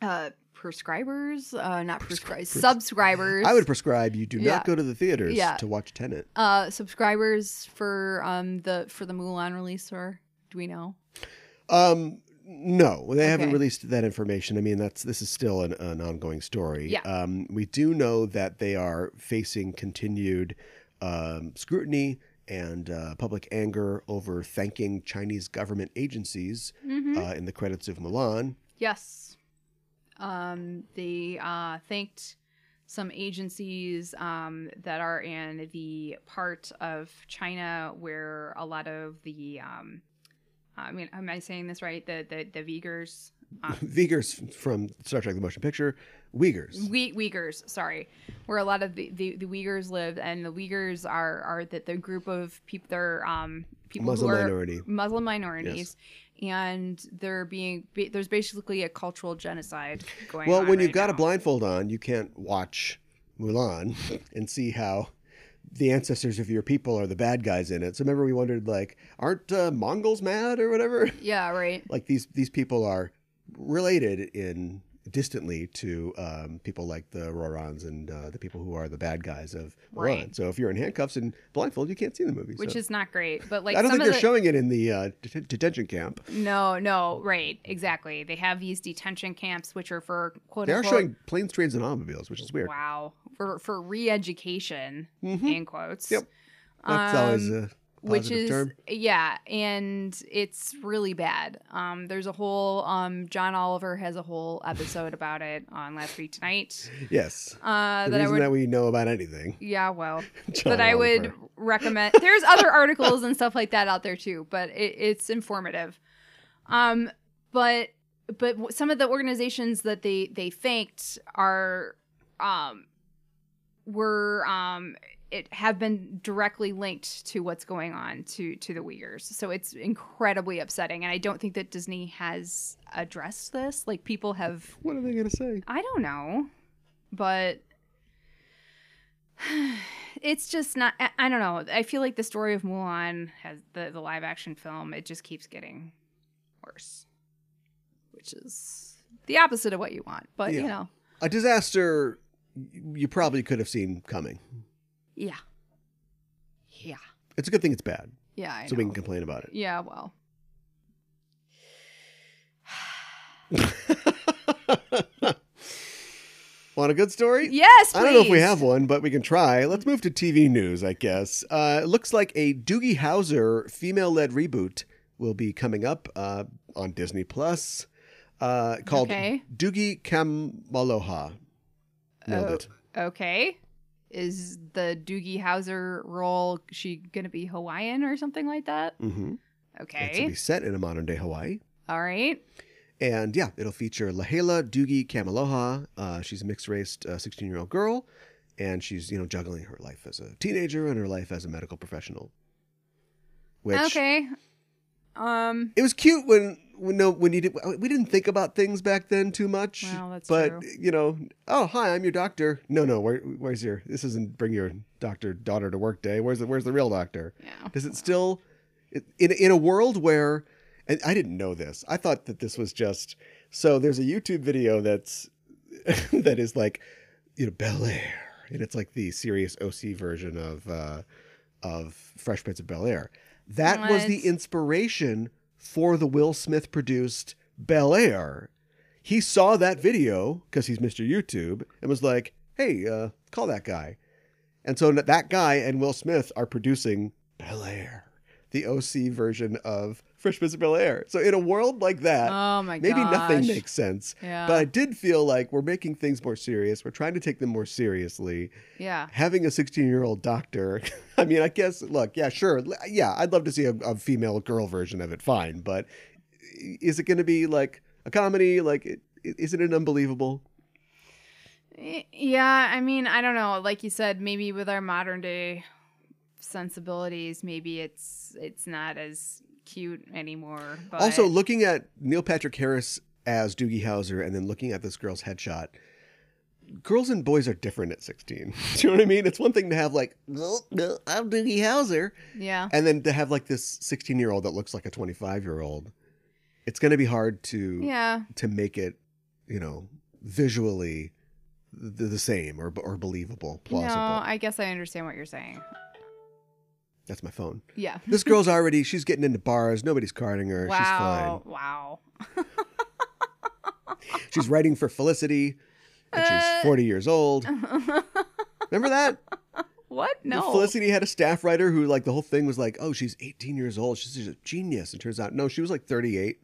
uh prescribers, uh not prescribers,
Prescri-
subscribers.
I would prescribe you do
Yeah.
not go to the theaters
Yeah.
to watch Tenet.
uh subscribers for um the for the Mulan release or do we know?
Um, no, they haven't
Okay.
released that information. I mean, that's this is still an, an ongoing story.
Yeah.
Um, we do know that they are facing continued um, scrutiny and uh, public anger over thanking Chinese government agencies
Mhm.
uh, in the credits of Milan.
Yes. Um, they uh, thanked some agencies um, that are in the part of China where a lot of the, um, I mean, am I saying this right? The the, the Uyghurs, um,
Uyghurs from Star Trek: The Motion Picture, Uyghurs.
we, Uyghurs, sorry, where a lot of the, the, the Uyghurs live, and the Uyghurs are are that the group of people they're um, people
Muslim
who are
minority.
Muslim minorities. And they're being be- there's basically a cultural genocide going
Well,
on.
when you've
right
got a
now.
blindfold on, you can't watch Mulan and see how the ancestors of your people are the bad guys in it. So remember, we wondered like, aren't uh, Mongols mad or whatever?
Yeah, right.
Like these these people are related in distantly to um, people like the Rorans and uh, the people who are the bad guys of Mulan.
Right.
So if you're in handcuffs and blindfold, you can't see the movie.
Which
so.
is not great, but like
I don't
some
think
of
they're
the
showing it in the uh, det- detention camp.
no, no, right, exactly. They have these detention camps, which are for quote
They are
unquote
showing planes, trains, and automobiles, which is weird.
wow for for re-education
Mhm.
in quotes.
Yep. That's always
Um,
a positive
which is
term.
yeah and it's really bad um there's a whole um john oliver has a whole episode about it on last week tonight
Yes.
uh
the
that i
reason
would
that we know about anything.
yeah well
John
that I would
Oliver.
recommend. There's other articles and stuff like that out there too, but it, it's informative. Um, but but w- some of the organizations that they they thanked are um were um it have been directly linked to what's going on to to the Uyghurs. So it's incredibly upsetting, and I don't think that Disney has addressed this. Like people have
What are they going to say?
I don't know, but it's just not. I, I don't know. I feel like the story of Mulan has the the live action film. It just keeps getting worse, which is the opposite of what you want. But
Yeah.
you know,
A disaster you probably could have seen coming.
yeah, yeah,
It's a good thing it's bad,
yeah. I
so we
know.
can complain about it.
Yeah, well,
Want a good story?
yes.
I don't know if we
please.
have one, but we can try. Let's move to TV news, I guess. Uh, it looks like a Doogie Howser female led reboot will be coming up uh, on Disney Plus uh, called
Okay.
Doogie Kamaloha.
Oh,
Nailed it.
Okay. Is the Doogie Howser role she gonna be Hawaiian or something like that?
Mm-hmm. It's to
Okay.
be set in a modern day Hawaii.
All right.
And yeah, it'll feature Lahela Doogie Kamaloha. Uh, she's a mixed raced 16 year old girl, and she's, you know, juggling her life as a teenager and her life as a medical professional. Which
okay. Um.
it was cute when. when No, when you did, we didn't think about things back then too much.
Well, that's
but
true.
you know, oh hi, I'm your doctor. No, no, where, where's your? This isn't bring your doctor daughter to work day. Where's the Where's the real doctor?
Yeah.
Does it still in in a world where and I didn't know this. I thought that this was just so there's a YouTube video that's that is like you know Bel Air and it's like the serious OC version of uh of Fresh Prince of Bel Air. That was the
What?
inspiration for the Will Smith produced Bel Air. He saw that video because he's Mr. YouTube and was like, "Hey, uh, call that guy." And so that guy and Will Smith are producing Bel Air, the OC version of Fresh Prince of Bel Air. So in a world like that,
Oh my god.
Uh, maybe nothing makes sense.
Yeah.
But I did feel like we're making things more serious. We're trying to take them more seriously.
yeah.
Having a 16 year old doctor, I mean, I guess, look, yeah, sure. l- Yeah, I'd love to see a, a female girl version of it, fine. But is it going to be like a comedy? Like, it, isn't it unbelievable?
Y- Yeah. I mean, I don't know. Like you said, maybe with our modern day sensibilities, maybe it's it's not as cute anymore. But
Also, looking at Neil Patrick Harris as Doogie Howser and then looking at this girl's headshot, girls and boys are different at 16. Do you know what I mean? It's one thing to have, like, "Well, well, I'm Doogie Howser,
yeah,
and then to have, like, this 16 year old that looks like a 25 year old. It's going to be hard to
yeah,
to make it, you know, visually the, the same or, or believable, plausible.
No, I guess I understand what you're saying.
That's my phone.
Yeah.
This girl's already, she's getting into bars. Nobody's carding her. She's fine.
wow. Wow.
She's writing for Felicity, and
Uh.
she's 40 years old. Remember that?
what? No.
Felicity had a staff writer who, like, the whole thing was like, oh, she's 18 years old. She's just a genius. And turns out, no, she was like 38,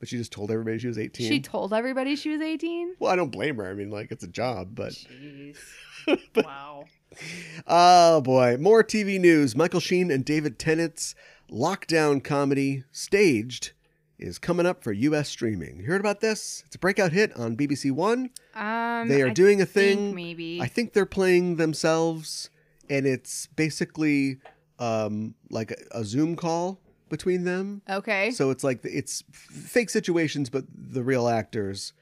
but she just told everybody she was 18.
She told everybody she was 18.
well, I don't blame her. I mean, like, it's a job, but.
Jeez. wow.
Oh, boy. More TV news. Michael Sheen and David Tennant's lockdown comedy, Staged, is coming up for U.S. streaming. You heard about this? It's a breakout hit on BBC One.
Um,
They are
I
doing a
think
thing.
Maybe.
I think they're playing themselves, and it's basically um, like a, a Zoom call between them.
okay.
So it's like it's f- fake situations, but the real actors.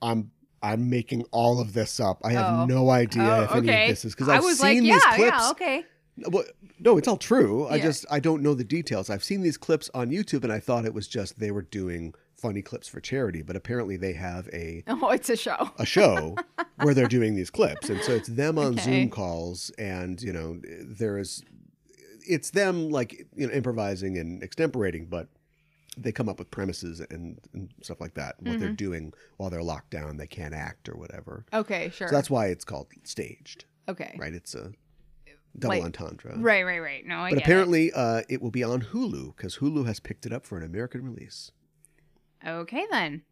I'm I'm making all of this up. I have
Oh.
no idea
Oh,
if any
okay.
of this is because
I
I've
was
seen
like,
these
yeah,
clips.
yeah, okay.
No, Well, no, it's all true. I
Yeah.
just I don't know the details. I've seen these clips on YouTube, and I thought it was just they were doing funny clips for charity, but apparently they have a
Oh, it's a show.
a show where they're doing these clips and so it's them on
Okay.
zoom calls and you know there is it's them like you know improvising and extemporating but they come up with premises and, and stuff like that what
Mm-hmm.
they're doing while they're locked down they can't act or whatever
Okay, sure.
so that's why it's called staged
okay.
right it's a double
Like-
entendre
Right, right, right. No, I
but
get
apparently uh, it will be on hulu because hulu has picked it up for an american release
it. Okay, then.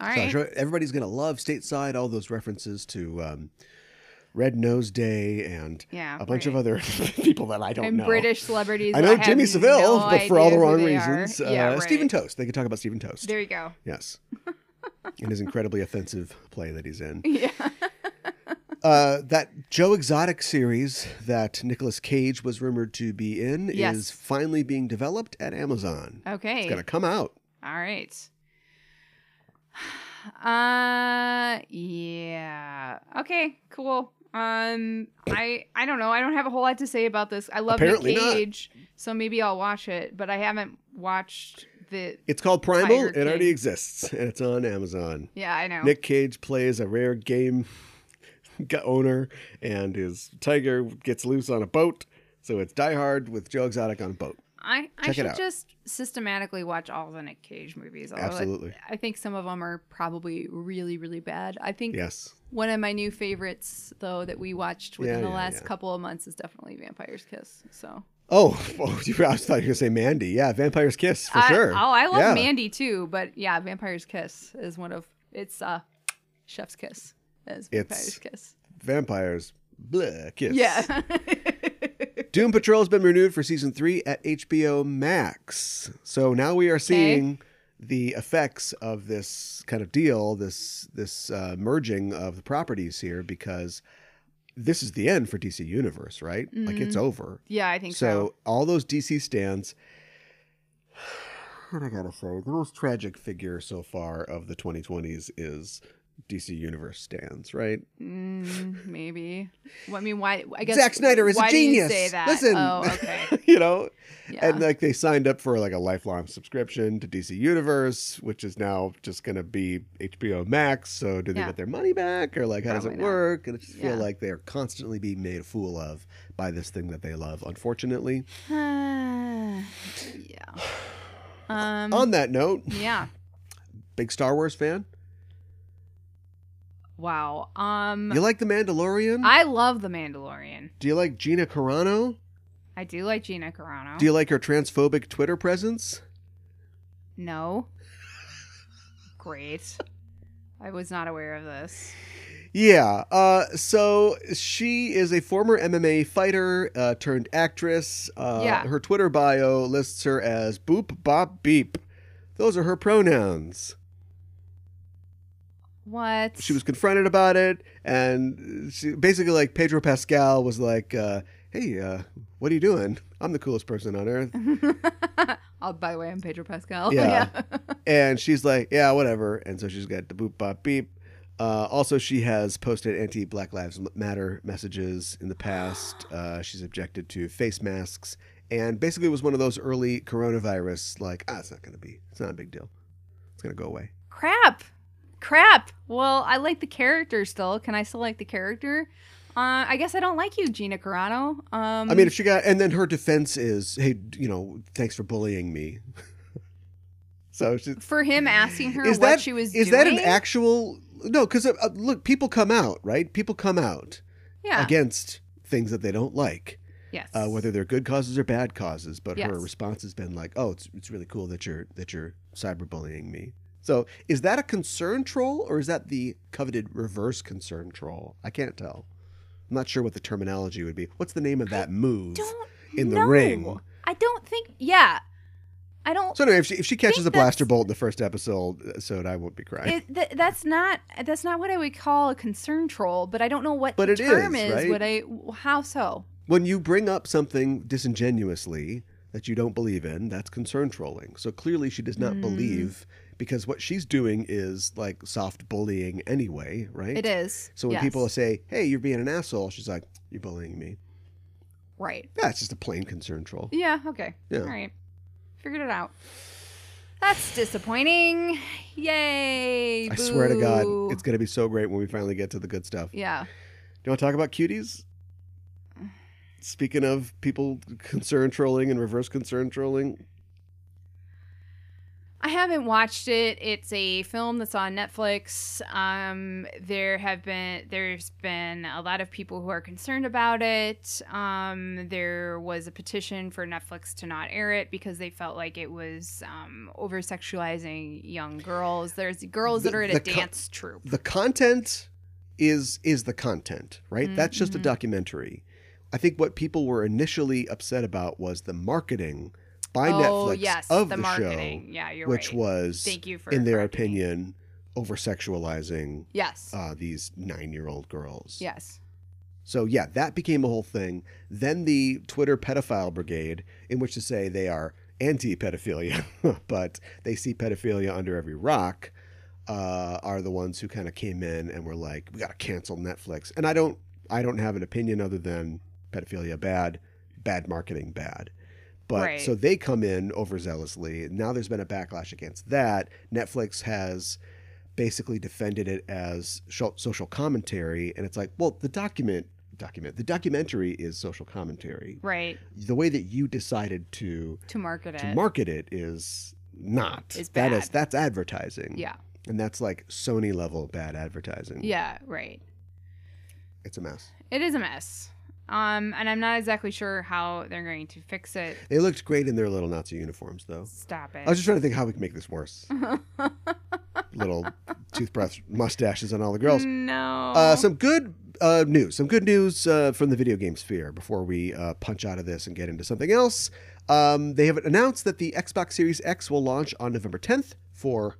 All
so I'm
right.
sure everybody's gonna love stateside. All those references to um, Red Nose Day and
Yeah.
a bunch of
right.
other people that I don't
and
know.
British celebrities.
I know
have
Jimmy Savile,
no
but for all the
idea who
wrong
they are.
reasons.
yeah,
uh,
right.
Stephen Toast. They could talk about Stephen Toast.
There you go.
yes. in his incredibly offensive play that he's in.
Yeah.
Uh, that Joe Exotic series that Nicolas Cage was rumored to be in
Yes.
is finally being developed at Amazon.
Okay.
It's going to come out.
All right. Uh yeah. Okay, cool. Um I I don't know. I don't have a whole lot to say about this. I love
Apparently
Nick
not.
Cage, so maybe I'll watch it, but I haven't watched the
It's called Primal.
Tiger
it already
King.
exists, and it's on Amazon.
Yeah, I know.
Nick Cage plays a rare game gu- owner, and his tiger gets loose on a boat. So it's Die Hard with Joe Exotic on a boat.
I I
check it
should
out.
just systematically watch all the Nick Cage movies. although I-
Absolutely.
I think some of them are probably really really bad. I think
Yes.
one of my new favorites though that we watched within
Yeah,
the
yeah,
last
yeah.
couple of months is definitely Vampire's Kiss. So
Oh, oh you, I thought you were going to say Mandy. Yeah, Vampire's Kiss for
I,
sure.
Oh, I love
Yeah.
Mandy too, but yeah, Vampire's Kiss is one of it's uh Chef's Kiss is Vampire's
It's-
Kiss.
Vampires. Bleh, kiss.
Yeah.
Doom Patrol has been renewed for season three at HBO Max. So now we are seeing the effects of this kind of deal, this this uh, merging of the properties here, because this is the end for DC Universe, right? Like it's over.
yeah, Mm-hmm. I think
So,
so.
all those DC stands. What I gotta say, the most tragic figure so far of the 2020s is DC Universe stands, right?
Mm, maybe. Well, I mean, why? I guess
Zack Snyder is a
why
genius.
Do you say that?
Listen,
Oh, okay.
you know,
Yeah.
and like they signed up for like a lifelong subscription to DC Universe, which is now just going to be HBO Max. So do they
Yeah.
get their money back, or like how does
Probably
it
not.
work? And I just
Yeah.
feel like they are constantly being made a fool of by this thing that they love. Unfortunately.
yeah. Um.
uh, On that note,
yeah.
big Star Wars fan,
Wow. Um.
you like The Mandalorian?
I love The Mandalorian.
do you like Gina Carano?
I do like Gina Carano.
Do you like her transphobic Twitter presence?
No. Great. I was not aware of this.
Yeah. Uh, so she is a former MMA fighter uh, turned actress. Uh,
Yeah.
Her Twitter bio lists her as boop, bop, beep. Those are her pronouns.
What?
She was confronted about it, and she, basically, like Pedro Pascal was like, uh, hey, uh, what are you doing? I'm the coolest person on earth.
oh, by the way, I'm Pedro Pascal.
Yeah. And she's like, yeah, whatever. And so she's got the boop bop beep. Uh, also, she has posted anti Black Lives Matter messages in the past. Uh, she's objected to face masks and basically was one of those early coronavirus, like, ah, it's not going to be, it's not a big deal. It's going to go away.
Crap. Crap. Well, I like the character still. Can I still like the character? Uh, I guess I don't like you, Gina Carano. Um,
I mean, if she got, and then her defense is, hey, d- you know, thanks for bullying me. so she,
for him asking her
Is
what
that-
she was
is
doing,
that an actual, no, because uh, uh, look, people come out, right? People come out
Yeah.
against things that they don't like.
yes.
uh, whether they're good causes or bad causes. But her
Yes.
response has been like, "Oh, it's it's really cool that you're that you're cyberbullying me." So is that a concern troll or is that the coveted reverse concern troll? I can't tell. I'm not sure what the terminology would be. What's the name of that move
don't
in the
know.
ring?
I don't think. Yeah. I don't.
So anyway, if she if she catches
think
a blaster
that's-
bolt in the first episode, uh, so I won't be crying.
It, th- that's not that's not what I would call a concern troll, but I don't know what
But
the
it is,
term is.
right?
What I how so?
when you bring up something disingenuously that you don't believe in, that's concern trolling. So clearly she does not
Mm.
believe because what she's doing is like soft bullying anyway, right?
It is.
So when
yes.
people say, "Hey, you're being an asshole," she's like, "You're bullying me."
right,
Yeah, it's just a plain concern troll.
yeah, okay,
Yeah.
all right, figured it out. That's disappointing. Yay!
I swear to God,
boo.
it's gonna be so great when we finally get to the good stuff.
yeah.
Do you want to talk about cuties? Speaking of people concern trolling and reverse concern trolling,
I haven't watched it. It's a film that's on Netflix. Um, there have been there's been a lot of people who are concerned about it. Um, there was a petition for Netflix to not air it because they felt like it was um, over sexualizing young girls. There's girls that
The-
are in
the
a
co-
dance troupe.
the content is is the content, right? That's just a
Mhm.
documentary. I think what people were initially upset about was the marketing by
oh
Netflix
yes,
of
the,
the,
marketing. yeah,
show,
you're
which
right.
was,
Thank you for
in their
marketing.
opinion, over sexualizing
Yes.
uh, these nine year old girls.
yes.
So yeah, that became a whole thing. Then the Twitter pedophile brigade, in which to say they are anti-pedophilia, but they see pedophilia under every rock, uh, are the ones who kind of came in and were like, "We got to cancel Netflix." And I don't, I don't have an opinion other than pedophilia bad, bad marketing bad. But
Right.
so they come in overzealously. Now there's been a backlash against that. Netflix has basically defended it as sho- social commentary and it's like well the document document the documentary is social commentary
Right.
the way that you decided to
To market it.
to market it is not
Is
that
bad.
is that's advertising
yeah.
and that's like sony level bad advertising
Yeah. Right.
it's a mess
It is a mess. Um, and I'm not exactly sure how they're going to fix it.
they looked great in their little nazi uniforms though
Stop it.
i was just trying to think how we can make this worse little toothbrush mustaches on all the girls
No.
Uh, some good uh, news. Some good news uh, from the video game sphere before we uh, punch out of this and get into something else. Um, they have announced that the Xbox Series X will launch on November 10th for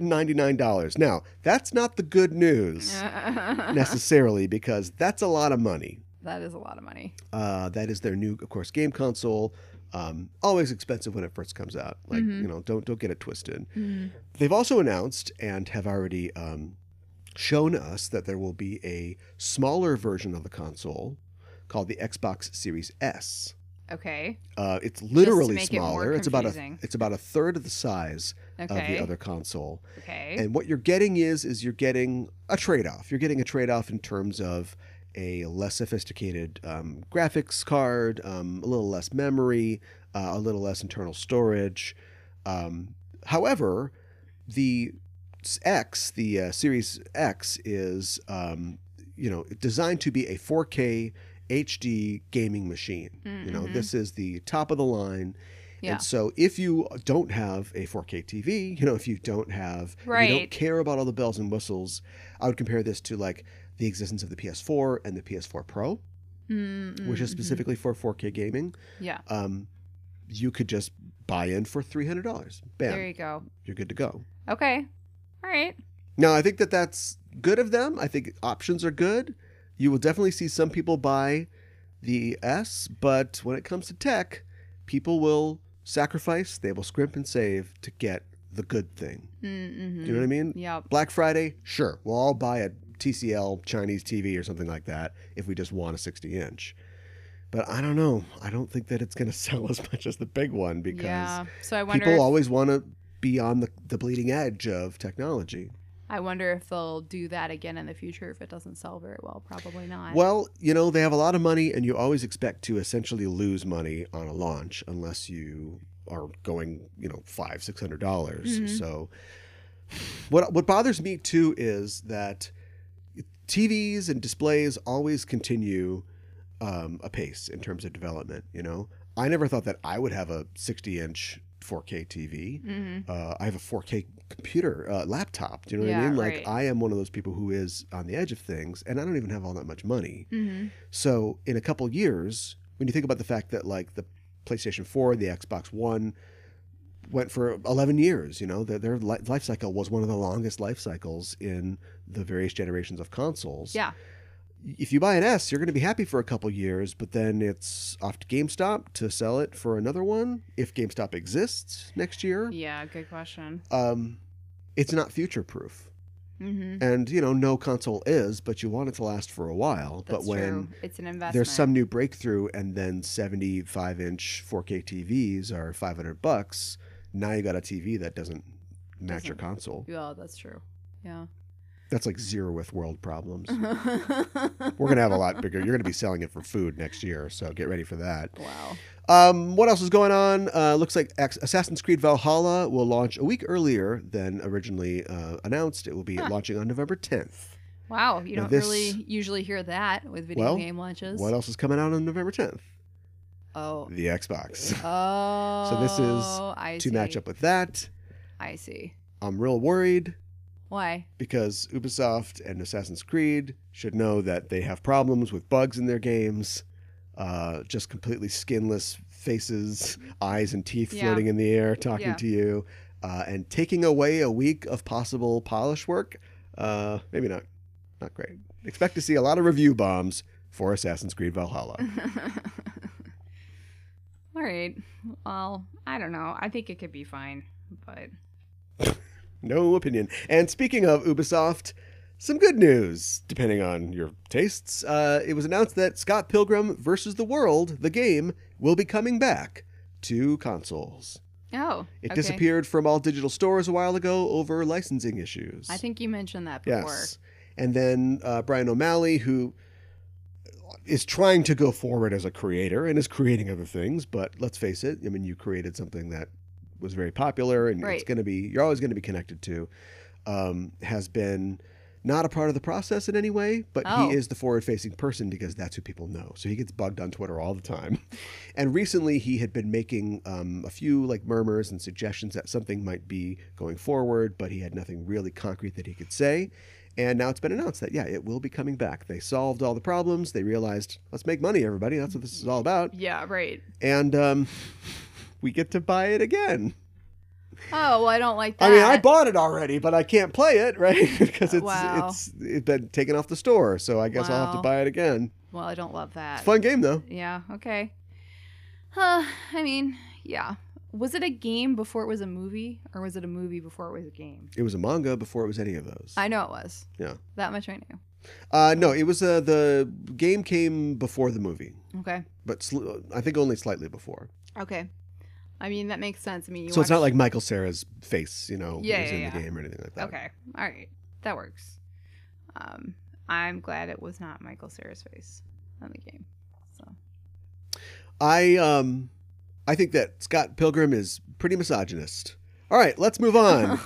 $499. Now, that's not the good news uh, necessarily because that's a lot of money.
that is a lot of money.
Uh, that is their new, of course, game console. Um, always expensive when it first comes out. Like
Mhm.
you know, don't don't get it twisted. They've also announced and have already um, shown us that there will be a smaller version of the console called the Xbox Series S.
Okay.
Uh, it's literally
make it more
smaller. it's about a
confusing.
it's about a third of the size of
Okay.
the other console.
Okay.
And what you're getting is is you're getting a trade off. You're getting a trade off in terms of a less sophisticated um, graphics card, um, a little less memory, uh, a little less internal storage. Um, however, the X, the uh, Series X, is um, you know designed to be a 4K HD gaming machine. You know,
Mhm.
this is the top of the line.
Yeah.
And so if you don't have a 4K TV, you know, if you don't have, if you don't
Right.
care about all the bells and whistles, I would compare this to like the existence of the PS4 and the PS4 Pro,
Mm, mm,
which is
mhm.
specifically for 4K gaming.
Yeah.
Um, you could just buy in for $300. Bam,
There you go.
you're good to go.
Okay. All right.
Now, I think that that's good of them. I think options are good. You will definitely see some people buy the S, but when it comes to tech, people will sacrifice, they will scrimp and save to get the good thing. Do
Mm-hmm.
you know what I mean?
Yep.
Black Friday, sure, we'll all buy a TCL Chinese TV or something like that if we just want a 60 inch. But I don't know. I don't think that it's going to sell as much as the big one because
yeah. So I wonder.
people
if-
always want to be on the, the bleeding edge of technology.
I wonder if they'll do that again in the future if it doesn't sell very well. Probably not.
Well, you know, they have a lot of money, and you always expect to essentially lose money on a launch unless you are going, you know, five, six hundred dollars.
Mhm.
So, what what bothers me too is that TVs and displays always continue um, apace in terms of development. You know, I never thought that I would have a sixty-inch 4K TV.
Mm-hmm.
Uh, I have a 4K computer uh, laptop. Do you know what I
Yeah,
mean? Like
right.
I am one of those people who is on the edge of things, and I don't even have all that much money.
Mm-hmm.
So in a couple years, when you think about the fact that like the PlayStation 4, the Xbox One went for 11 years, you know, their, their li- life cycle was one of the longest life cycles in the various generations of consoles.
Yeah.
If you buy an S, you're going to be happy for a couple years, but then it's off to GameStop to sell it for another one if GameStop exists next year.
Yeah. Good question.
Um, it's not future proof.
Mm-hmm.
And, you know, no console is, but you want it to last for a while.
That's
but when
true. It's an investment.
there's some new breakthrough and then 75 inch 4k tvs are 500 bucks now you got a tv that doesn't match your
Doesn't-
console
Yeah, that's true. Yeah.
that's like zero with world problems
Uh-huh.
we're
we're
gonna have a lot bigger you're gonna be selling it for food next year so get ready for that
Wow.
um, what else is going on uh, looks like Ax- assassin's creed valhalla will launch a week earlier than originally uh, announced it will be
Huh.
launching on november 10th
Wow. You
Now
don't
this-
really usually hear that with video
Well,
game launches.
what else is coming out on november 10th
Oh.
the xbox
Oh.
this is
I
to match
see.
up with that
I see.
I'm real worried
Why?
because Ubisoft and Assassin's Creed should know that they have problems with bugs in their games, uh, just completely skinless faces, eyes and teeth
Yeah.
floating in the air talking
Yeah.
to you, uh, and taking away a week of possible polish work. Uh, maybe not. Not great. Expect to see a lot of review bombs for Assassin's Creed Valhalla.
All right. Well, I don't know. I think it could be fine, but
No opinion. And speaking of Ubisoft, some good news, depending on your tastes. Uh, it was announced that Scott Pilgrim vs. the World, the game, will be coming back to consoles.
oh,
It
okay.
disappeared from all digital stores a while ago over licensing issues.
I think you mentioned that before.
Yes. And then uh, Brian O'Malley, who is trying to go forward as a creator and is creating other things, but let's face it, I mean, you created something that was very popular and it's
Right.
going to be, you're always going to be connected to, um, has been not a part of the process in any way, but
Oh.
he is the forward facing person because that's who people know. So he gets bugged on Twitter all the time. And recently he had been making um, a few like murmurs and suggestions that something might be going forward, but he had nothing really concrete that he could say. And now it's been announced that, yeah, it will be coming back. They solved all the problems. They realized, let's make money, everybody. That's what this is all about.
Yeah, right.
And um, we get to buy it again.
Oh, well, I don't like that.
I mean, I bought it already, but I can't play it, right? because it's,
Wow.
it's, it's been taken off the store. So I guess I'll have to
Wow.
buy it again.
well, I don't love that.
It's a fun game, though.
Yeah, okay. Huh, I mean, yeah. Was it a game before it was a movie or was it a movie before it was a game?
It was a manga before it was any of those.
I know it was.
Yeah.
That much I knew.
Uh, no, it was uh, the game came before the movie,
Okay.
but sl- I think only slightly before.
Okay. I mean, that makes sense. I mean, you
so it's not
watch-
like Michael Sarah's face, you know,
Yeah,
was
yeah,
in the
yeah.
game or anything like that.
Okay. All right. That works. Um, I'm glad it was not Michael Sarah's face on the game. So
I um, I think that Scott Pilgrim is pretty misogynist. All right, let's move on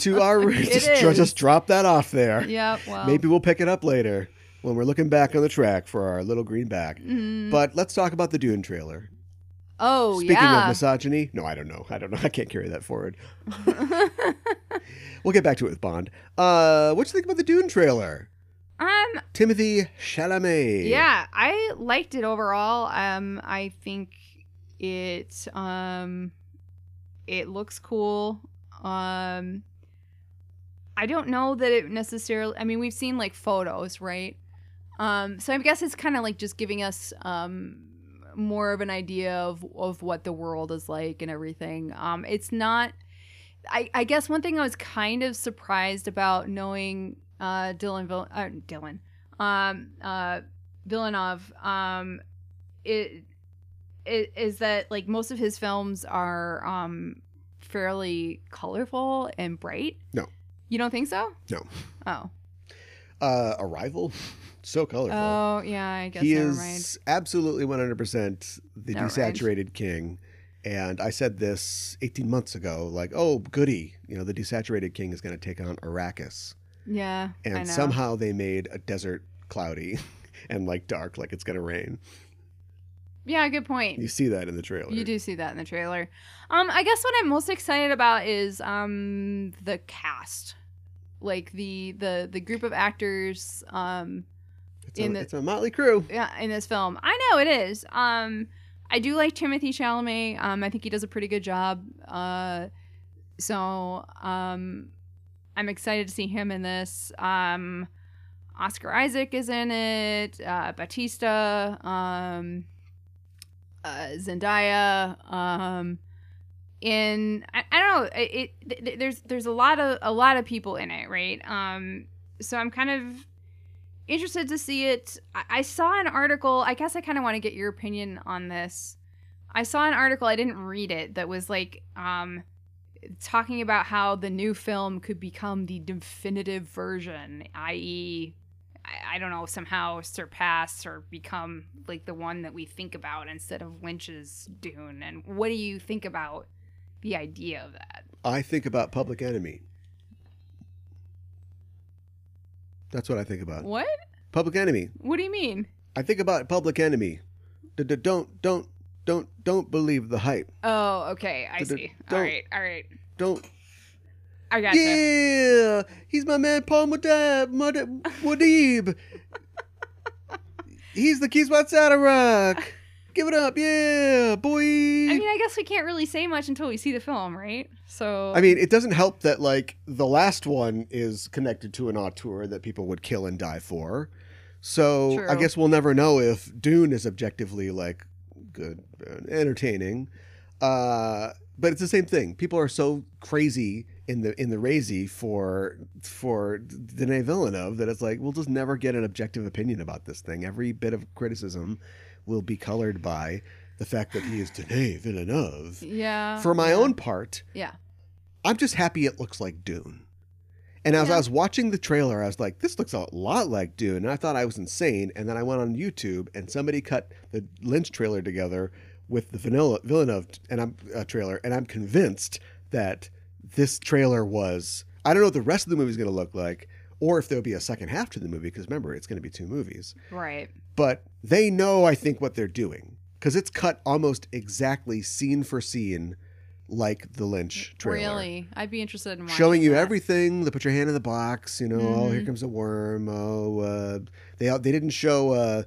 to our.
It
just, dro-
is.
just drop that off there.
Yeah, well.
Maybe we'll pick it up later when we're looking back on the track for our little green bag.
Mm.
But let's talk about the Dune trailer.
oh
Speaking of
yeah.
misogyny, no, I don't know. I don't know. I can't carry that forward. We'll get back to it with Bond. Uh, what you think about the Dune trailer?
um
Timothy Chalamet.
Yeah, I liked it overall. Um, I think it um, it looks cool. Um, I don't know that it necessarily. I mean, we've seen like photos, right? Um, so I guess it's kind of like just giving us um, more of an idea of, of what the world is like and everything. Um, it's not. I, I guess one thing I was kind of surprised about knowing uh, Dylan Vill- uh, Dylan um, uh, Villeneuve um, it, it is that like most of his films are um, fairly colorful and bright.
No.
you don't think so.
No.
Oh.
Uh, Arrival, so colorful.
Oh yeah, I guess.
he
never
is
mind.
absolutely 100% the
Never mind.
desaturated king. And I said this 18 months ago, like, oh, goody, you know, the desaturated king is going to take on Arrakis.
Yeah. I
And
know.
somehow they made a desert cloudy and like dark, like it's going to rain.
Yeah, good point.
You see that in the trailer.
You do see that in the trailer. Um, I guess what I'm most excited about is um the cast, like the the the group of actors um
It's, a,
in the-
it's a motley crew.
yeah, in this film. I know it is. Um, I do like Timothy Chalamet. Um, I think he does a pretty good job. Uh, so um, I'm excited to see him in this. Um, Oscar Isaac is in it. Uh, Batista, um, uh, Zendaya. Um, in I, I don't know. It, it th- th- there's there's a lot of a lot of people in it, right? Um, so I'm kind of interested to see it. I, I saw an article. I guess I kind of want to get your opinion on this. I saw an article. I didn't read it. That was like um, talking about how the new film could become the definitive version, i.e., I, I don't know, somehow surpass or become like the one that we think about instead of Lynch's Dune. And what do you think about the idea of that?
I think about Public Enemy. That's what I think about.
What?
Public Enemy.
What do you mean?
I think about Public Enemy. D- d- Don't, don't, don't, don't believe the hype.
Oh, okay. I
D- d-
see. All
don't-
right. All right.
Don't
I gotcha.
Yeah, he's my man, Paul Mudab, Mudab, Mudib. he's the Keys outside of rock. Give it up, yeah, boy.
I mean, I guess we can't really say much until we see the film, right? So
it doesn't help that like the last one is connected to an auteur that people would kill and die for. So I
True.
guess we'll never know if Dune is objectively like good, and entertaining. Uh, but it's the same thing. People are so crazy in the in the razy for for Denis Villeneuve that it's like we'll just never get an objective opinion about this thing. Every bit of criticism will be colored by the fact that he is Denis Villeneuve.
yeah.
For my
yeah.
own part,
yeah,
I'm just happy it looks like Dune. And as
Yeah.
I was watching the trailer, I was like, this looks a lot like Dune. And I thought I was insane. And then I went on YouTube and somebody cut the Lynch trailer together with the Vanilla Villeneuve and I'm, uh, trailer. And I'm convinced that this trailer was. I don't know what the rest of the movie's going to look like or if there'll be a second half to the movie because remember, it's going to be two movies
right.
but they know I think what they're doing because it's cut almost exactly scene for scene like the Lynch trailer.
Really, I'd be interested in watching
Showing you
that.
everything, the put your hand in the box, you know, oh, here
Mhm.
comes a worm. Oh, uh, they they didn't show uh,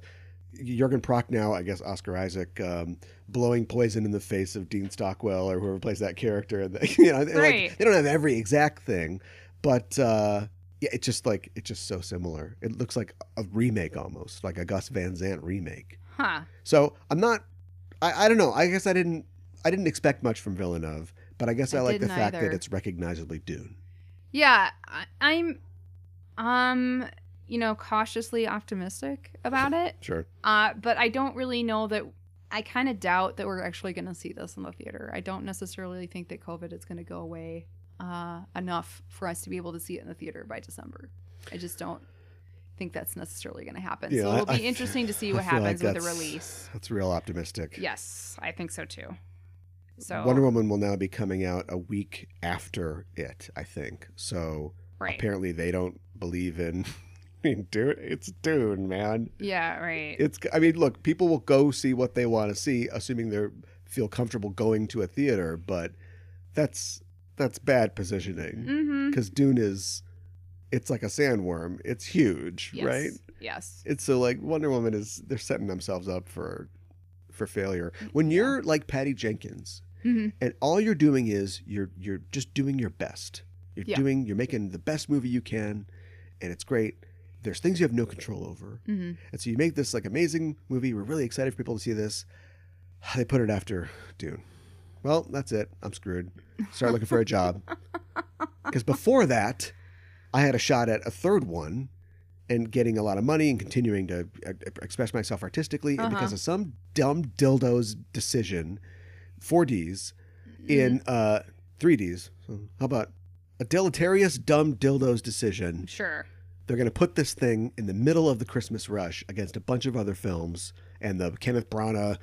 Jurgen Prochnow, I guess Oscar Isaac, um, blowing poison in the face of Dean Stockwell or whoever plays that character. And they, you know, they're like-
Right.
they don't have every exact thing, but uh, yeah, it's just like it's just so similar. It looks like a remake almost, like a Gus Van Sant remake.
Huh?
So I'm not. I, I don't know. I guess I didn't. I didn't expect much from Villeneuve, but I guess
I
I, like the
didn't
fact
either.
that it's recognizably Dune.
Yeah, I, I'm, um, you know, cautiously optimistic about it.
Sure.
Uh, but I don't really know that. I kind of doubt that we're actually going to see this in the theater. I don't necessarily think that COVID is going to go away uh, enough for us to be able to see it in the theater by December. I just don't think that's necessarily going to happen.
Yeah,
so it'll
I-
be
I-
interesting to see
I
what
feel like
happens with the
that's-
release.
That's real optimistic.
Yes, I think so too. So
Wonder Woman will now be coming out a week after it, I think. So
right,
apparently they don't believe in. in Dune. It's Dune, man.
yeah, right,
It's. I mean, look, people will go see what they want to see, assuming they are feel comfortable going to a theater. But that's that's bad positioning.
mm-hmm.
because Dune is, it's like a sandworm. It's huge,
yes.
right?
Yes,
It's so like Wonder Woman is they're setting themselves up for, for failure. When you're like Patty Jenkins,
hmm
and all you're doing is you're you're just doing your best. You're
Yeah.
doing you're making the best movie you can, and it's great. there's things you have no control over.
hmm
And so you make this like amazing movie. We're really excited for people to see this. They put it after Dune. Well, that's it. I'm screwed. Start looking for a job. Because before that, I had a shot at a third one and getting a lot of money and continuing to uh, express myself artistically. And because of
Uh-huh.
some dumb dildo's decision, 4Ds
Mm-hmm.
in uh, 3Ds. So how about a deleterious dumb dildo's decision?
Sure.
they're going to put this thing in the middle of the Christmas rush against a bunch of other films and the Kenneth Branagh,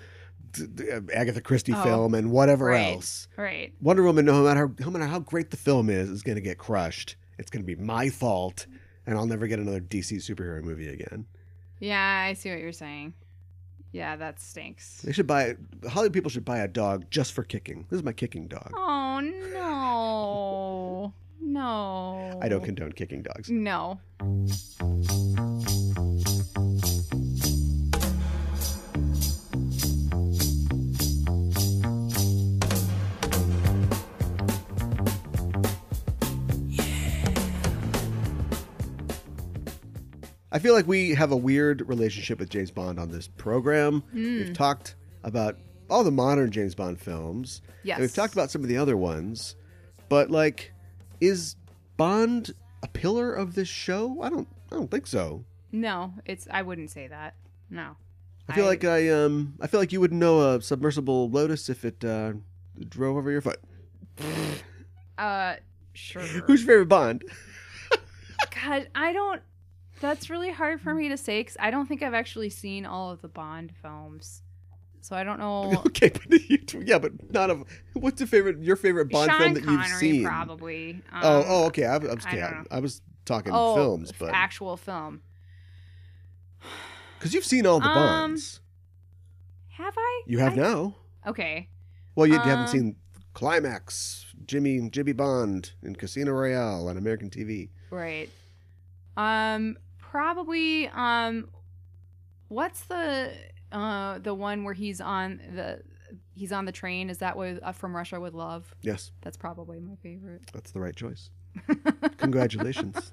d- d- uh, Agatha Christie
Oh,
film, and whatever
right.
else.
Right.
Wonder Woman, no matter how, no matter how great the film is, is going to get crushed. It's going to be my fault, and I'll never get another DC superhero movie again.
Yeah, I see what you're saying. Yeah, that stinks.
They should buy Hollywood people should buy a dog just for kicking. This is my kicking dog.
Oh no. No.
I don't condone kicking dogs.
No.
I feel like we have a weird relationship with James Bond on this program.
Mm.
We've talked about all the modern James Bond films.
Yes.
And we've talked about some of the other ones, but like, is Bond a pillar of this show? I don't, I don't think so.
No, it's I wouldn't say that. No.
I feel like I, um, I feel like you wouldn't know a submersible lotus if it uh, drove over your foot.
uh sure.
Who's your favorite Bond?
God, I don't that's really hard for me to say cuz I don't think I've actually seen all of the Bond films. So I don't know.
okay, but you, yeah, but not of what's your favorite your favorite Bond
Sean
film that
Connery
you've seen?
probably. Um,
oh, oh, okay. I, I'm
I
scared. I,
don't know.
was talking
oh,
films, but
actual film.
because you've seen all the
Um,
Bonds,
Have I?
you have
I-
now.
Okay.
Well, you, you haven't
Uh,
seen Climax, Jimmy Jimmy Bond, and Casino Royale on American TV.
Right. Um probably um what's the uh the one where he's on the he's on the train is that with uh, from Russia with love?
Yes,
That's probably my favorite.
that's the right choice. Congratulations,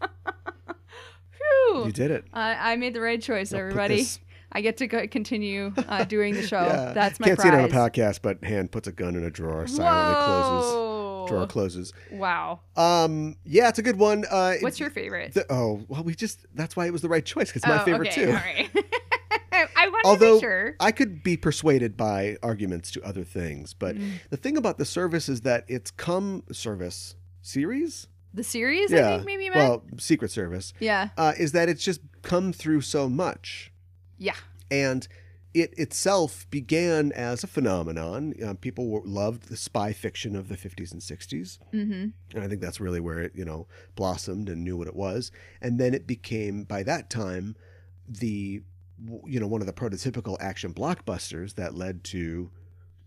Phew.
you did it.
Uh, I made the right choice,
I'll put
everybody.
this-
I get to go continue uh, doing the show.
Yeah.
That's my
Can't see it on
prize.
a podcast, but hand puts a gun in a drawer, silently closes.
Whoa!
Drawer closes.
Wow.
Um, yeah, it's a good one. Uh, it-
What's your favorite?
The, oh, well, we just that's why it was the right choice. 'cause It's my
Oh,
favorite
okay,
too.
All right. I wanted to
Although
be sure.
I could be persuaded by arguments to other things, but
Mm.
the thing about the service is that it's come service series.
the series, I think, maybe you meant.
well, Secret Service
yeah.
uh, is that it's just come through so much,
Yeah.
and it itself began as a phenomenon. Uh, people were, loved the spy fiction of the 50s and 60s,
Mm-hmm.
and I think that's really where it you know blossomed and knew what it was. And then it became by that time the you know one of the prototypical action blockbusters that led to